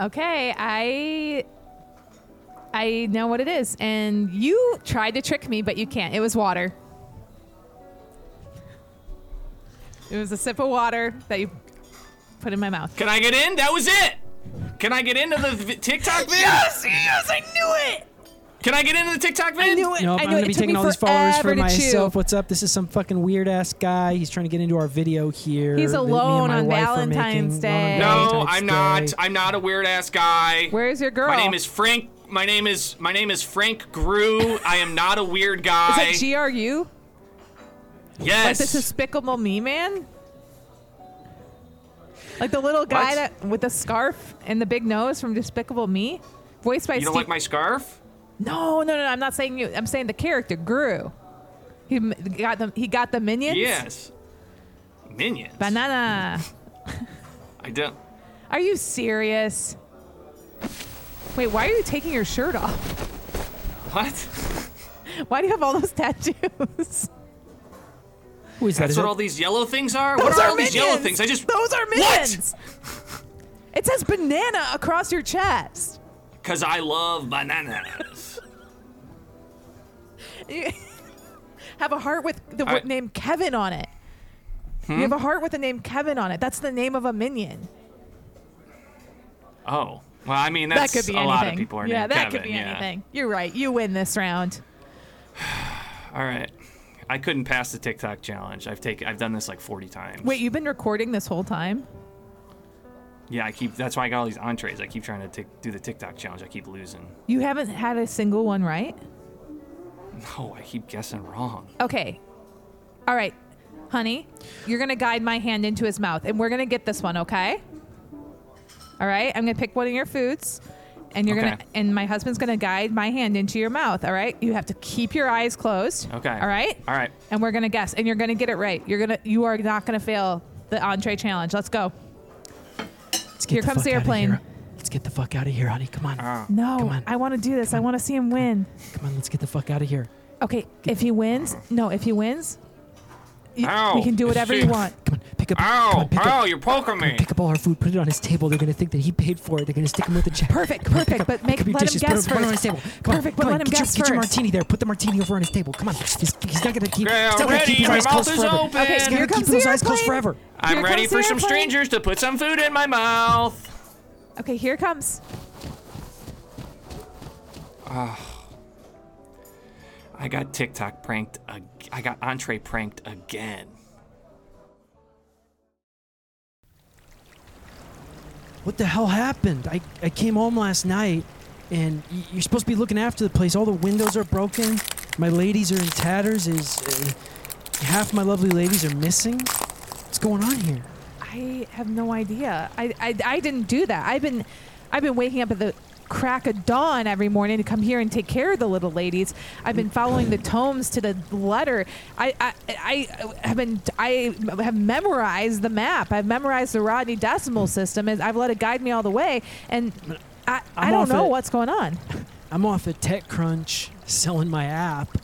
S4: Okay, I I know what it is. And you tried to trick me, but you can't. It was water. It was a sip of water that you put in my mouth.
S2: Can I get in? That was it. Can I get into the v- TikTok vid?
S4: Yes, yes, I knew it.
S2: Can I get into the TikTok vid?
S4: I knew it.
S3: No,
S4: I
S3: I'm
S4: knew
S3: gonna
S4: it.
S3: be
S4: it took me
S3: taking all these followers
S4: forever
S3: for
S4: to
S3: myself.
S4: chew.
S3: What's up? This is some fucking weird ass guy. He's trying to get into our video here.
S4: He's
S3: that me and
S4: alone
S3: my
S4: on
S3: wife are making
S4: Valentine's
S3: on
S4: Day.
S2: No,
S3: Valentine's
S2: I'm
S3: Day.
S2: not. I'm not a weird ass guy.
S4: Where's your girl?
S2: My name is Frank. My name is my name is Frank Grew. I am not a weird
S4: Is
S2: guy.
S4: that GRU? Like
S2: yes.
S4: the despicable me man? Like the little guy
S2: What?
S4: that with the scarf and the big nose from Despicable Me? Voiced by
S2: you
S4: Steve.
S2: don't like my scarf?
S4: no, no, no, no, I'm not saying you. I'm saying the character grew. He m- got the he got the minions.
S2: Yes. Minions.
S4: Banana.
S2: I don't.
S4: Are you serious? Wait, why are you taking your shirt off? (laughs)
S2: What?
S4: Why do you have all those tattoos? (laughs)
S3: Who is
S2: That's
S3: that? Is
S2: what
S3: that-
S2: all these yellow things are? what are, all these yellow things? I just
S4: Those are minions. It says banana across your chest.
S2: because I love
S4: (laughs)
S2: bananas.
S4: You (laughs) have a heart with the
S2: I- Hmm?
S4: word name Kevin on it. You have a heart with the name Kevin on it. That's the name of a minion.
S2: Oh, well, I mean, that's
S4: that could be
S2: a
S4: anything.
S2: lot of people are
S4: yeah,
S2: named
S4: that could
S2: Kevin,
S4: be
S2: yeah.
S4: anything. You're right. You win this round.
S2: All right. I couldn't pass the TikTok challenge. I've taken, I've done this like 40 times.
S4: Wait, you've been recording this whole time?
S2: Yeah, I keep. That's why I got all these entrees. I keep trying to tick do the TikTok challenge. I keep losing.
S4: You haven't had a single one right?
S2: No, Oh, I keep guessing wrong.
S4: Okay. All right. Honey, you're going to guide my hand into his mouth, and we're going to get this one, okay? All right. I'm going to pick one of your foods, and you're going
S2: Okay.
S4: to, and my husband's going to guide my hand into your mouth, all right? You have to keep your eyes closed.
S2: Okay.
S4: All right.
S2: All right.
S4: And we're going to guess, and you're going to get it right. You're going to, you are not going to fail the entree challenge. Let's go.
S3: Let's get
S4: Here
S3: the
S4: comes
S3: fuck
S4: the
S3: outta
S4: airplane.
S3: here. Let's get the fuck out of here, honey. Come on.
S2: Uh,
S3: Come
S4: No,
S3: on.
S4: I want to do this. I want to see him win.
S3: Come on, let's get the fuck out of here.
S4: Okay, if he wins, no, if he wins, you,
S2: Ow.
S4: we can do whatever you
S2: Shit.
S4: want.
S3: Come on, pick up.
S2: ow!
S3: come on, pick
S2: ow!
S3: up.
S2: You're poking
S3: Come on,
S2: me.
S3: pick up all our food, put it on his table. They're gonna think that he paid for it. They're gonna stick him with a check.
S4: Perfect,
S3: Come on,
S4: perfect,
S3: pick up-
S4: but make-
S3: pick up your
S4: let him
S3: dishes,
S4: guess
S3: put it on his
S4: first.
S3: table. Come
S4: Perfect,
S3: on,
S4: but
S3: come on,
S4: let him
S3: get
S4: guess
S3: your, Get your
S4: first.
S3: martini there. Put the martini over on his table. Come on, he's, he's not gonna keep.
S2: Okay,
S3: he's
S2: I'm
S3: not gonna
S2: ready.
S3: keep his
S2: My
S3: eyes
S2: mouth
S3: closed
S2: is
S3: forever.
S2: open.
S4: Okay,
S3: He's
S4: here
S3: gonna keep
S4: comes
S3: those
S4: the
S3: eyes closed
S4: airplane.
S3: forever.
S2: I'm
S4: Here
S2: ready
S4: comes
S2: for
S4: the
S2: some
S4: airplane.
S2: strangers to put some food in my mouth.
S4: Okay, here it comes.
S2: I got TikTok pranked. Ag- I got entree pranked again.
S3: What the hell happened? I, I came home last night, and y- you're supposed to be looking after the place. All the windows are broken. My ladies are in tatters. Is uh, half my lovely ladies are missing? What's going on here?
S4: I have no idea. I, I, I didn't do that. I've been I've been waking up at the crack of dawn every morning to come here and take care of the little ladies. I've been following the tomes to the letter. I I, I have been I have memorized the map. I've memorized the Rodney decimal system and I've let it guide me all the way and I, I
S3: I'm
S4: don't
S3: off
S4: know
S3: it.
S4: what's going on.
S3: I'm off at TechCrunch selling my app,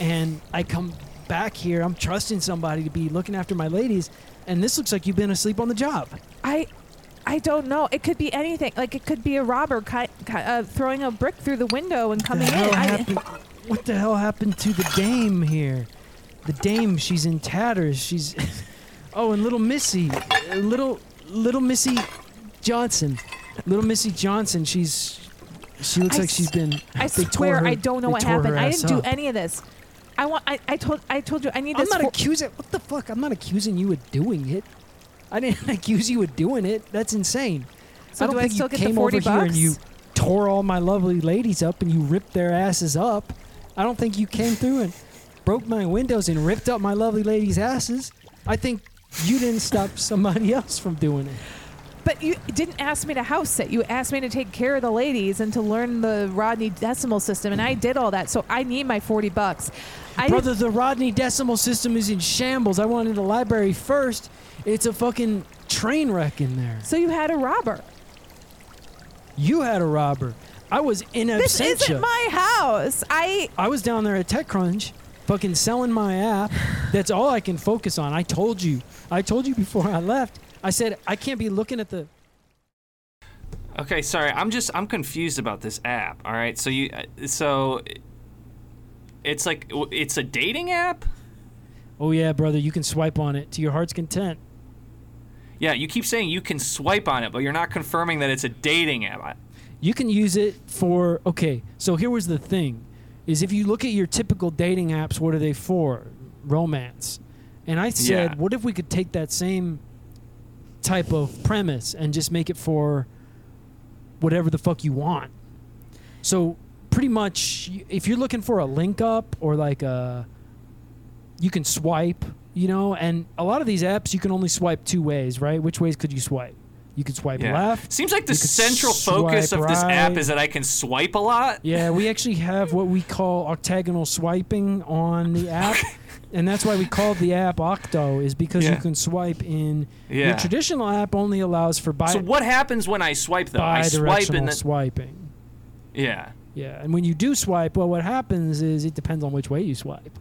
S3: and I come back here. I'm trusting somebody to be looking after my ladies, and this looks like you've been asleep on the job.
S4: I I don't know. It could be anything. Like it could be a robber ki- ki- uh, throwing a brick through the window and coming
S3: the
S4: in.
S3: hell
S4: I,
S3: happened, what the hell happened to the dame here? The dame, she's in tatters. She's (laughs) oh, and little Missy, uh, little little Missy Johnson, little Missy Johnson. She's she looks
S4: I
S3: like she's
S4: s-
S3: been.
S4: I
S3: they tore
S4: swear
S3: her-
S4: I don't know
S3: they
S4: what
S3: tore her
S4: happened. I
S3: ass
S4: didn't do
S3: up.
S4: any of this. I want. I, I told. I told you. I need
S3: I'm
S4: this.
S3: not
S4: for-
S3: accusing. What the fuck? I'm not accusing you of doing it. I didn't (laughs) accuse you of doing it. That's insane.
S4: so
S3: I don't
S4: do
S3: think
S4: I still
S3: you
S4: get
S3: came
S4: the forty
S3: over
S4: bucks?
S3: here and you tore all my lovely ladies up and you ripped their asses up. I don't think you came through and broke my windows and ripped up my lovely ladies' asses. I think you didn't stop (laughs) somebody else from doing it.
S4: but you didn't ask me to house sit. You asked me to take care of the ladies and to learn the Rodney decimal system, and I did all that. So I need my forty bucks. I
S3: Brother, the Rodney decimal system is in shambles. I wanted the library first. It's a fucking train wreck in there.
S4: so you had a robber.
S3: You had a robber. I was in absentia.
S4: This isn't my house. I.
S3: I was down there at TechCrunch, fucking selling my app. That's all I can focus on. I told you. I told you before I left. I said I can't be looking at the.
S2: Okay, sorry. I'm just I'm confused about this app. All right, so you uh, so it's like it's a dating app.
S3: Oh yeah, brother, you can swipe on it to your heart's content.
S2: Yeah, you keep saying you can swipe on it, but you're not confirming that it's a dating app. I-
S3: You can use it for okay. So here was the thing: is if you look at your typical dating apps, what are they for? Romance. And I said,
S2: Yeah.
S3: what if we could take that same type of premise and just make it for whatever the fuck you want? So pretty much, y- if you're looking for a link up or like a, you can swipe, you know, and a lot of these apps you can only swipe two ways, right? Which ways could you swipe? You could swipe
S2: Yeah.
S3: left.
S2: Seems like the
S3: you could
S2: central focus
S3: swipe
S2: of this app
S3: right.
S2: is that I can swipe a lot.
S3: Yeah, we actually have what we call octagonal swiping on the app.
S2: (laughs)
S3: And that's why we called the app Octo, is because
S2: Yeah.
S3: you can swipe in.
S2: Yeah.
S3: Your traditional app only allows for bi-
S2: So what happens when I swipe though? I swipe
S3: bi-directional
S2: and then
S3: swiping.
S2: yeah.
S3: Yeah, and when you do swipe, well, what happens is it depends on which way you swipe.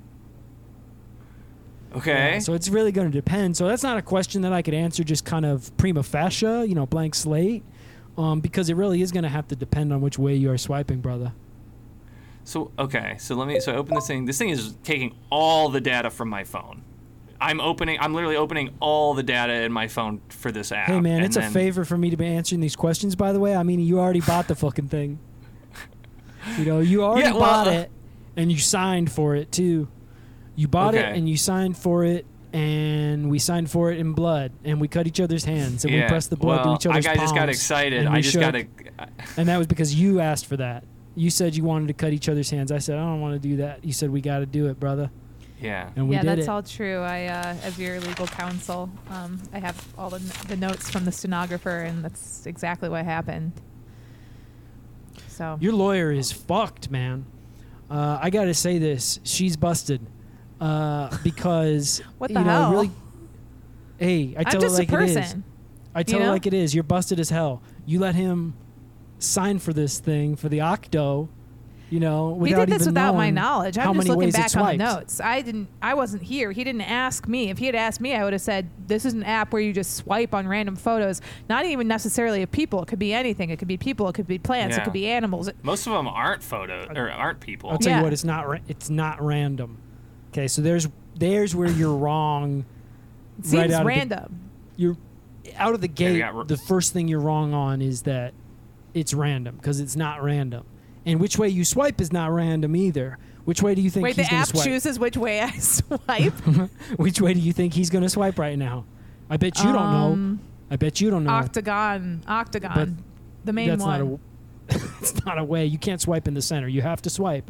S2: Okay.
S3: Yeah, so it's really going to depend. So that's not a question that I could answer just kind of prima facie, you know, blank slate, um, because it really is going to have to depend on which way you are swiping, brother.
S2: So okay, so let me so I open this thing. This thing is taking all the data from my phone. I'm opening. I'm literally opening all the data in my phone for this app.
S3: Hey man,
S2: Um, and
S3: it's a
S2: then-
S3: favor for me to be answering these questions. By the way, I mean you already bought the fucking thing. You know, you
S2: (laughs)
S3: already
S2: Yeah, well,
S3: bought
S2: uh,
S3: it, and you signed for it too. You bought it
S2: Okay.
S3: and you signed for it, and we signed for it in blood, and we cut each other's hands, and we pressed the blood
S2: well,
S3: to each other's
S2: I, I just got
S3: palms,
S2: excited.
S3: and
S2: I
S3: we
S2: just
S3: shook,
S2: got. A,
S3: and that was because you asked for that. You said you wanted to cut each other's hands. I said I don't want to do that. You said we got to do it, brother,
S2: yeah.
S3: and we
S4: yeah,
S3: did
S4: that's
S3: it.
S4: all true. I, uh, as your legal counsel, um, I have all the, the notes from the stenographer, and that's exactly what happened. So
S3: Your lawyer is fucked, man. Uh, I gotta say this: she's busted
S4: (laughs)
S3: uh, because
S4: What
S3: you
S4: the
S3: know,
S4: hell?
S3: Really, hey, I
S4: am
S3: tell
S4: just
S3: it like
S4: a
S3: it is.
S4: person.
S3: I tell
S4: you
S3: it
S4: know?
S3: like it is. You're busted as hell. You let him sign for this thing for the octo. You know,
S4: He
S3: without
S4: did this
S3: even
S4: without my
S3: knowing
S4: knowledge.
S3: how
S4: I'm just
S3: many
S4: looking
S3: ways it
S4: back on the
S3: swiped.
S4: notes. I didn't. I wasn't here. He didn't ask me. If he had asked me, I would have said, "This is an app where you just swipe on random photos. Not even necessarily of people. It could be anything. It could be people. It could be plants.
S2: Yeah.
S4: It could be animals. It-
S2: Most of them aren't photo or aren't people.
S3: I'll tell
S4: Yeah.
S3: you what, it's not ra- it's not random. Okay, so there's there's where you're wrong.
S4: It
S3: right
S4: seems
S3: out of the-
S4: random.
S3: you're out of the gate.
S2: got r-
S3: the first thing you're wrong on is that it's random because it's not random, and which way you swipe is not random either. Which way do you think
S4: Wait, the
S3: he's going
S4: app
S3: to swipe?
S4: chooses which way I (laughs) swipe.
S3: (laughs) Which way do you think he's going to swipe right now? I bet you don't know.
S4: Um,
S3: I bet you don't know.
S4: Octagon, octagon, the main
S3: That's
S4: one.
S3: not (laughs) a. it's not a way. You can't swipe in the center. You have to swipe,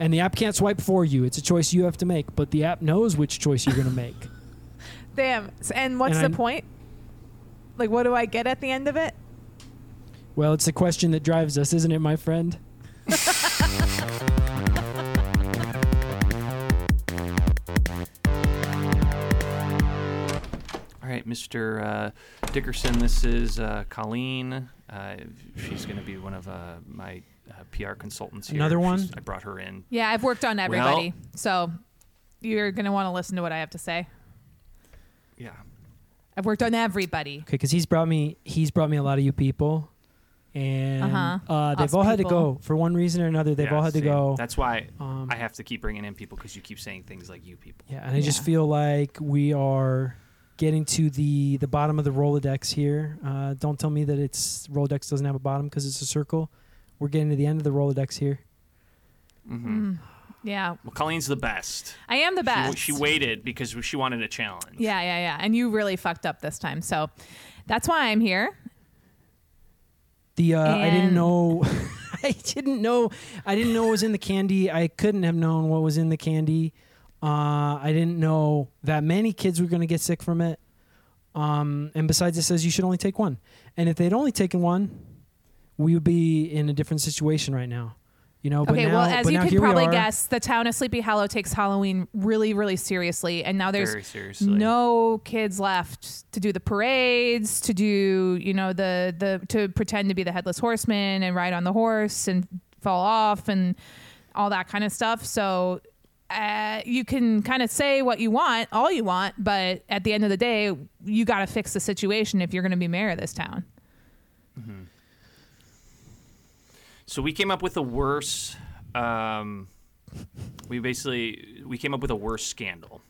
S3: and the app can't swipe for you. It's a choice you have to make. But the app knows which choice you're going to
S4: (laughs)
S3: make.
S4: Damn. S- And what's
S3: And
S4: the
S3: I'm-
S4: point? Like, what do I get at the end of it?
S3: Well, it's the question that drives us, isn't it, my friend?
S2: All right, Mr. Uh, Dickerson, this is uh, Colleen. Uh, she's going to be one of uh, my uh, PR consultants here.
S3: Another one?
S2: She's- I brought her in.
S4: Yeah, I've worked on
S2: everybody,
S4: everybody. so you're going to want to listen to what I have to say.
S2: Yeah.
S4: I've worked on everybody.
S3: Okay, because he's brought me he's brought me a lot of you people, and uh
S4: Uh-huh.
S3: they've
S4: Us
S3: all had to
S4: people.
S3: go for one reason or another. They've
S2: Yeah,
S3: all had to
S2: same.
S3: go.
S2: That's why
S3: Um,
S2: I have to keep bringing in people because you keep saying things like you people.
S3: yeah, and I just
S4: Yeah.
S3: feel like we are getting to the the bottom of the Rolodex here. Uh, don't tell me that it's Rolodex doesn't have a bottom because it's a circle. We're getting to the end of the Rolodex here.
S2: hmm
S4: Yeah,
S2: Well, Colleen's the best.
S4: I am Mm-hmm.
S2: She
S4: the
S2: w-
S4: best.
S2: She, waited because she wanted a challenge.
S4: yeah, yeah, yeah. And you really fucked up this time. So that's why I'm here.
S3: The uh, I didn't
S4: And-
S3: know. (laughs) I didn't know. I didn't know what was in the candy. I couldn't have known what was in the candy. Uh, I didn't know that many kids were going to get sick from it. Um, and besides, it says you should only take one. And if they'd only taken one, we would be in a different situation right now. You know. But
S4: okay,
S3: now,
S4: well, as
S3: but
S4: you
S3: now
S4: can
S3: here we
S4: probably
S3: are.
S4: guess, the town of Sleepy Hollow takes Halloween really, really seriously. And now there's
S2: Very seriously.
S4: no kids left to do the parades, to do you know the the to pretend to be the headless horseman and ride on the horse and fall off and all that kind of stuff. So uh, you can kind of say what you want, all you want, but at the end of the day, you got to fix the situation if you're going to be mayor of this town.
S2: So we came up with a worse. Um, we basically we came up with a worse scandal.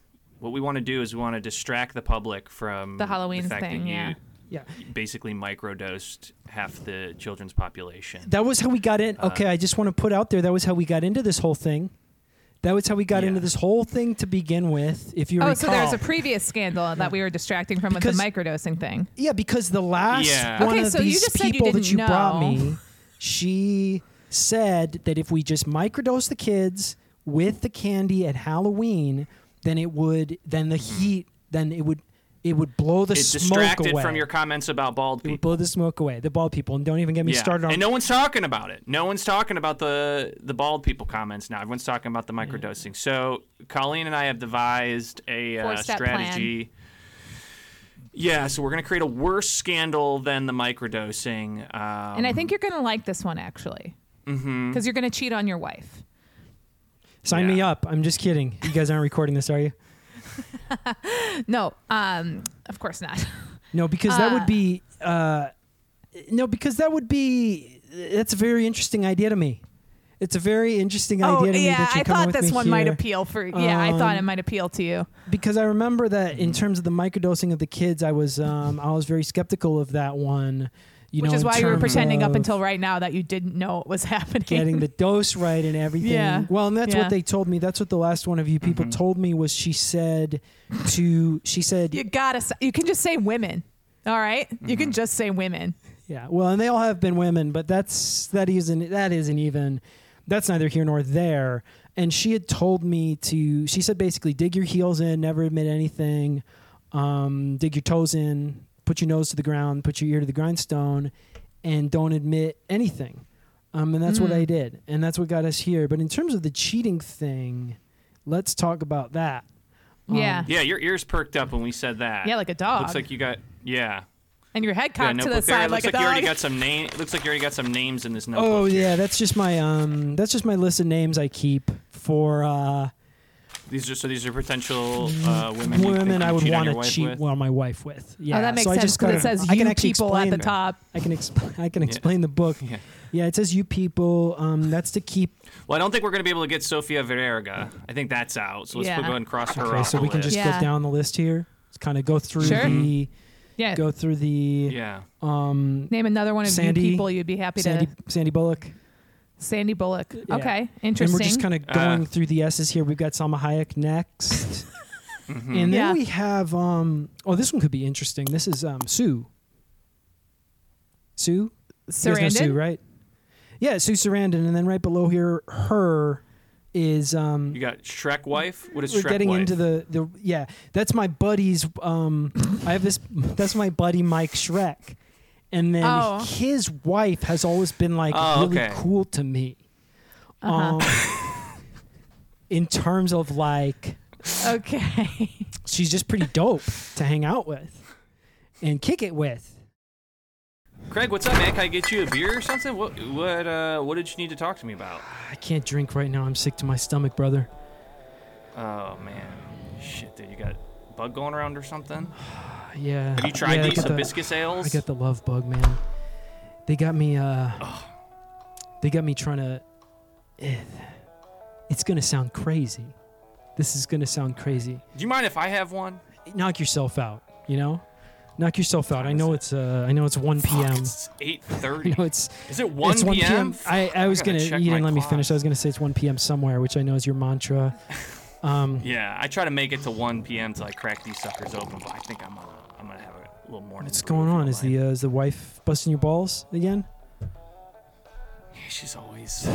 S2: What we want to do is we want to distract the public from
S4: The Halloween
S2: fact
S4: thing,
S2: That you
S4: yeah.
S3: Yeah.
S2: Basically, microdosed half the children's population.
S3: That was how we got
S4: Uh.
S3: in. Okay, I just want to put out there that was how we got into this whole thing. That was how we got
S2: Yeah.
S3: into this whole thing to begin with. If you
S4: Oh,
S3: recall.
S4: so there's a previous scandal that we were distracting from with the
S3: Because-
S4: microdosing thing.
S3: Yeah, because the last
S2: Yeah.
S3: one
S4: Okay,
S3: of
S4: so you
S3: these
S4: just said you
S3: people that
S4: didn't
S3: you brought
S4: know.
S3: me, she said that if we just microdose the kids with the candy at Halloween, then it would then the heat then it would it would blow the
S2: Mm-hmm. it
S3: smoke
S2: distracted
S3: away.
S2: from your comments about bald
S3: it would
S2: people.
S3: blow the smoke away. The bald people and don't even get me
S2: Yeah.
S3: started on
S2: and no one's talking about it. No one's talking about the the bald people comments now. Everyone's talking about the microdosing. So Colleen and I have devised a uh,
S4: Four-step plan.
S2: strategy. Yeah, so we're gonna create a worse scandal than the microdosing. Um,
S4: And I think you're going to like this one actually.
S3: Mm-hmm.
S4: Because you're going to cheat on your wife.
S3: Sign me
S2: Yeah.
S3: up. I'm just kidding. You guys aren't recording this, are you?
S4: No, um, of course not.
S3: No, because that would be uh, no, because that would be that's a very interesting idea to me. It's a very interesting
S4: oh
S3: idea to me
S4: yeah,
S3: that you
S4: I
S3: come
S4: thought
S3: with
S4: this
S3: me
S4: one might
S3: here.
S4: appeal for. Yeah, I thought
S3: Um,
S4: it might appeal to you.
S3: because I remember that in terms of the microdosing of the kids, I was um, I was very skeptical of that one. You
S4: Which
S3: know,
S4: is
S3: in
S4: why you were
S3: terms
S4: pretending up
S3: of
S4: until (laughs) right now that you didn't know it was (laughs) happening.
S3: getting the dose right and everything.
S4: Yeah.
S3: Well, and that's
S4: Yeah.
S3: what they told me. That's what the last one of you people told me was she said to she said
S4: you gotta. s- You can just say women. All right? you
S2: Mm-hmm.
S4: can just say women.
S3: yeah. Well, and they all have been women, but that's that isn't that isn't even that's neither here nor there. And she had told me to she said basically dig your heels in, never admit anything. Um, dig your toes in, put your nose to the ground, put your ear to the grindstone, and don't admit anything. Um, and that's what I did, and that's what got us here. But in terms of the cheating thing, let's talk about that.
S4: yeah,
S2: Um, Yeah, your ears perked up when we said that.
S4: Yeah, like a dog.
S2: Looks like you got yeah.
S4: and your head
S2: Yeah,
S4: cocked to
S2: notebook
S4: the
S2: there.
S4: side
S2: looks
S4: like a
S2: like
S4: dog.
S2: you already got some name. Looks like you already got some names in this notebook.
S3: Oh
S2: here.
S3: yeah, that's just my um, that's just my list of names I keep for uh,
S2: These are so these are potential uh, women. you think
S3: women
S2: you
S3: I would
S2: cheat on
S3: want
S2: your
S3: to
S2: wife
S3: cheat
S2: with.
S3: well my wife with. Yeah,
S4: oh, that makes
S3: so I
S4: sense
S3: just
S4: because
S3: gotta-
S4: it says
S3: I can
S4: you
S3: actually
S4: people at
S3: explain
S4: the
S3: that.
S4: top.
S3: I can explain. (laughs) I can explain the book. Yeah. it says you people. Um, that's to keep.
S2: Well, I don't think we're going to be able to get Sofia Vergara. I think that's out. So let's
S4: Yeah.
S2: go ahead and cross her
S3: Okay,
S2: off.
S3: so
S2: the
S3: we can just
S2: list. Mm-hmm.
S4: Yeah.
S3: go down the list here. Just kind of go through
S4: Sure.
S3: the
S4: Yeah,
S3: go through the
S2: yeah.
S3: um
S4: name another one of
S3: Sandy-
S4: you people you'd be happy
S3: Sandy
S4: to.
S3: Sandy Bullock.
S4: Sandy Bullock.
S3: Yeah.
S4: Okay,
S3: And
S4: interesting.
S3: we're just kind of
S2: Uh,
S3: going through the S's here. We've got Salma
S2: (laughs)
S3: Hayek next, and then
S2: Mm-hmm.
S4: Yeah.
S3: we have um. Oh, this one could be interesting. This is um Sue. Sue. You guys know Sue,
S4: Sarandon.
S3: right? Yeah, Sue Sarandon, and then right below here, her is um.
S2: You got Shrek wife. What is
S3: We're
S2: Shrek
S3: getting
S2: wife?
S3: into the the yeah. That's my buddy's um. I have this. (laughs) That's my buddy Mike Shrek, and then
S4: Oh.
S3: his wife has always been like
S2: Oh,
S3: really
S2: okay.
S3: cool to me.
S4: Uh-huh.
S3: Um, in terms of like,
S4: okay.
S3: she's just pretty dope to hang out with, and kick it with.
S2: Craig, what's up, man? Can I get you a beer or something? What what uh what did you need to talk to me about?
S3: I can't drink right now. I'm sick to my stomach, brother.
S2: Oh man, shit, dude, you got a bug going around or something?
S3: Yeah.
S2: Have you tried
S3: yeah, I
S2: these
S3: got the-
S2: hibiscus ales?
S3: I got the love bug, man. They got me. uh They got me trying to. eh, It's gonna sound crazy. This is gonna sound crazy.
S2: Do you mind if I have one?
S3: Knock yourself out. You know, knock yourself out. I know it's. Uh, I know it's 1
S2: Fuck,
S3: p.m.
S2: it's eight
S3: (laughs) I
S2: thirty.
S3: know it's.
S2: Is it one
S3: it's 1 p.m. I, I was
S2: gotta
S3: gonna.
S2: check
S3: You
S2: my
S3: didn't let me
S2: clock.
S3: finish. I was gonna say it's 1 p.m. somewhere, which I know is your
S2: (laughs)
S3: mantra. Um,
S2: Yeah, I try to make it to one p.m. till I crack these suckers open, but I think I'm gonna I'm gonna have a little morning.
S3: what's
S2: brew,
S3: going
S2: if you
S3: on?
S2: don't
S3: Is
S2: mind.
S3: the uh, is the wife busting your balls again?
S2: she's always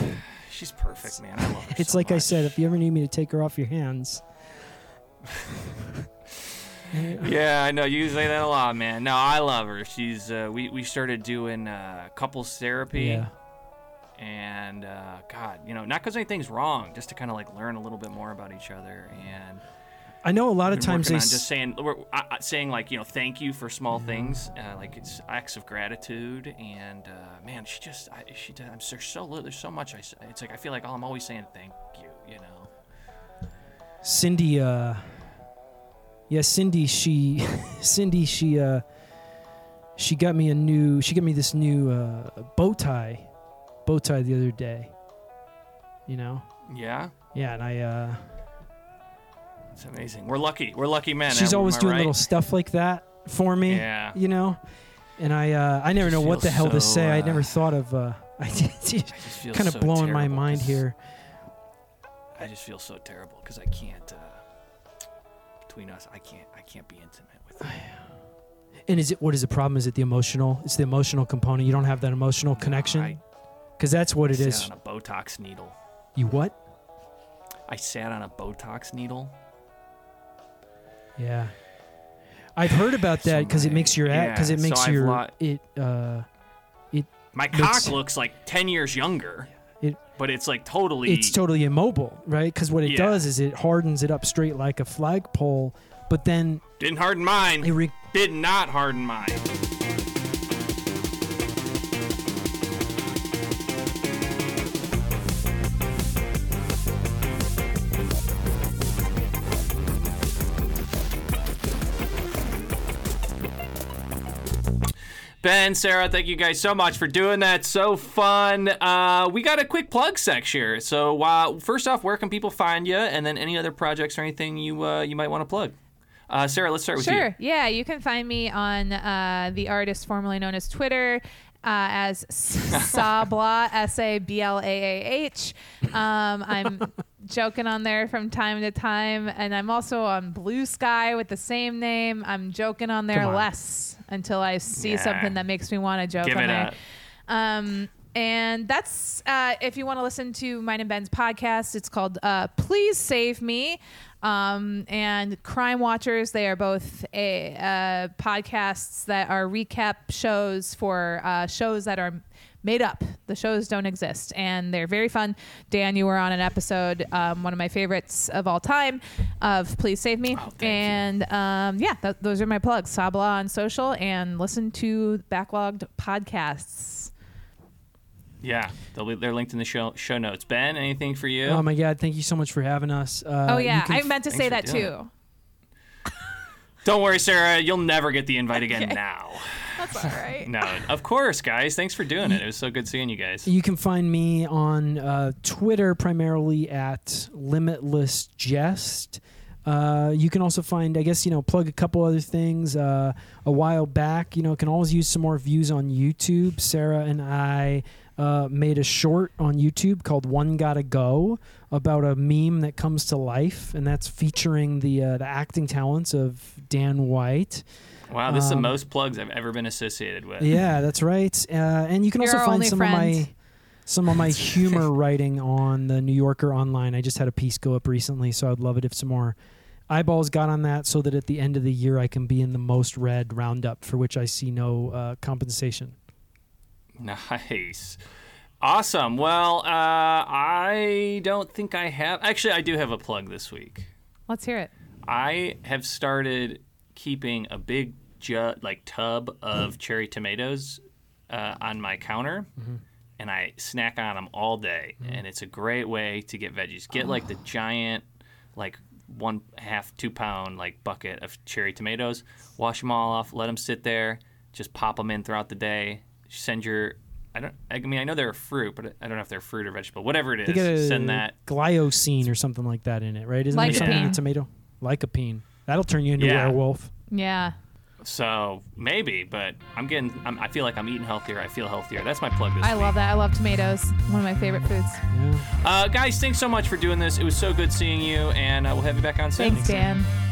S2: she's perfect, man. I love her
S3: It's
S2: so
S3: like I
S2: much.
S3: said. If you ever need me to take her off your hands,
S2: (laughs) Yeah, I know you say that a lot, man. No, I love her. She's uh, we we started doing uh, couples therapy.
S3: yeah.
S2: and uh, God, you know, not because anything's wrong, just to kind of like learn a little bit more about each other. And
S3: I know a lot
S2: been
S3: of times
S2: working
S3: they
S2: on
S3: s-
S2: just saying, we're, uh, uh, saying like you know, thank you for small things, uh, like it's acts of gratitude. And uh, man, she just, I, she, does- I'm there's so little, there's so much. I, s- it's like I feel like all I'm always saying thank you, you know.
S3: Cindy uh yeah Cindy she (laughs) Cindy she uh she got me a new she got me this new uh bow tie bow tie the other day you know
S2: Yeah,
S3: yeah and I uh
S2: it's amazing. We're lucky. We're lucky men.
S3: she's
S2: am-
S3: always
S2: am I
S3: doing
S2: right?
S3: little stuff like that for me
S2: Yeah.
S3: you know and I uh I never know what
S2: feels
S3: the hell to
S2: so,
S3: say I
S2: uh,
S3: never thought of uh (laughs) I did
S2: I just feel
S3: kind of
S2: so
S3: blowing my
S2: terrible
S3: mind
S2: 'cause-
S3: here
S2: I just feel so terrible because I can't. Uh, between us, I can't. I can't be intimate with. you.
S3: and is it what is the problem is it the emotional it's the emotional component you don't have that emotional
S2: I-
S3: connection because that's what it
S2: I
S3: is
S2: Sat on a Botox needle.
S3: you what
S2: I sat on a Botox needle.
S3: Yeah. I've heard about
S2: So
S3: that because it
S2: my-
S3: makes your
S2: yeah,
S3: because it
S2: so
S3: makes
S2: I've
S3: your
S2: lot-
S3: it uh
S2: My cock
S3: Looks-
S2: looks like ten years younger,
S3: It-
S2: but it's like totally.
S3: it's totally immobile, right? Because what it
S2: Yeah.
S3: does is it hardens it up straight like a flagpole, but then
S2: didn't harden mine.
S3: it re-
S2: Did not harden mine. Ben, Sarah, thank you guys so much for doing that. So fun. Uh, we got a quick plug section. here. So uh, first off, where can people find you? And then any other projects or anything you uh, you might want to plug. Uh, Sarah, let's start with you.
S4: sure. Yeah, you can find me on uh, the artist formerly known as Twitter. Uh, as
S2: (laughs)
S4: Sabla, S A B L A A H. Um,
S2: (laughs)
S4: I'm joking on there from time to time. And I'm also on Blue Sky with the same name. I'm joking on there
S3: Come on.
S4: less until I see
S2: Yeah.
S4: something that makes me want to joke
S2: Give
S4: on
S2: it
S4: there.
S2: up.
S4: Um, and that's uh, if you want to listen to mine and Ben's podcast, it's called uh, Please Save Me. Um, and Crime Watchers, they are both a, uh, podcasts that are recap shows for uh, shows that are made up. The shows don't exist, and they're very fun. Dan, you were on an episode, um, one of my favorites of all time, of Please Save Me.
S2: Oh, thank you.
S4: and um, yeah, th- those are my plugs. Sabla on social, and listen to Backlogged Podcasts.
S2: Yeah, they'll be, they're linked in the show show notes. Ben, anything for you?
S3: Oh my God! Thank you so much for having us. Uh,
S4: oh
S3: you
S4: yeah,
S3: can
S4: I meant to
S2: thanks
S4: say
S2: for
S4: that
S2: doing
S4: (laughs) too.
S2: Don't worry, Sarah. You'll never get the invite again. Now,
S4: That's all right.
S2: no, of course, guys. Thanks for doing it. It was so good seeing you guys.
S3: You can find me on uh, Twitter primarily at Limitless Jest. Uh, you can also find, I guess, you know, plug a couple other things. Uh, a while back, you know, can always use some more views on YouTube. Sarah and I uh, made a short on YouTube called "One Gotta Go" about a meme that comes to life, and that's featuring the uh, the acting talents of Dan White.
S2: Wow, this is the
S3: Um,
S2: most plugs I've ever been associated (laughs) with.
S3: Yeah, that's right. Uh, and you can
S4: You're
S3: also
S4: our
S3: find
S4: only
S3: some
S4: friend.
S3: of my some of my
S4: (laughs)
S3: humor writing on the New Yorker online. I just had a piece go up recently, so I'd love it if some more eyeballs got on that, so that at the end of the year I can be in the most read roundup, for which I see no uh, compensation.
S2: Nice. Awesome. Well, uh, I don't think I have. Actually, I do have a plug this week.
S4: Let's hear it.
S2: I have started keeping a big ju- like tub of cherry tomatoes uh, on my counter,
S3: Mm-hmm.
S2: and I snack on them all day. And it's a great way to get veggies. Get like the
S3: Ah.
S2: giant, like one half two pound like bucket of cherry tomatoes. Wash them all off. Let them sit there. Just pop them in throughout the day. Send your I don't. I mean, I know they're a fruit, but I don't know if they're fruit or vegetable. Whatever it
S3: They get a
S2: is, send that.
S3: glyocene or something like that in it, right? Isn't there something in
S4: Lycopene.
S3: a tomato? Lycopene. That'll turn you into
S2: Yeah.
S3: a werewolf.
S4: Yeah.
S2: So maybe, but I'm getting. I'm, I feel like I'm eating healthier. I feel healthier. That's my plug this
S4: I
S2: week.
S4: love that. I love tomatoes. One of my favorite foods.
S3: Yeah.
S2: Uh, guys, thanks so much for doing this. It was so good seeing you, and uh, we'll have you back on soon.
S4: Thanks, Dan.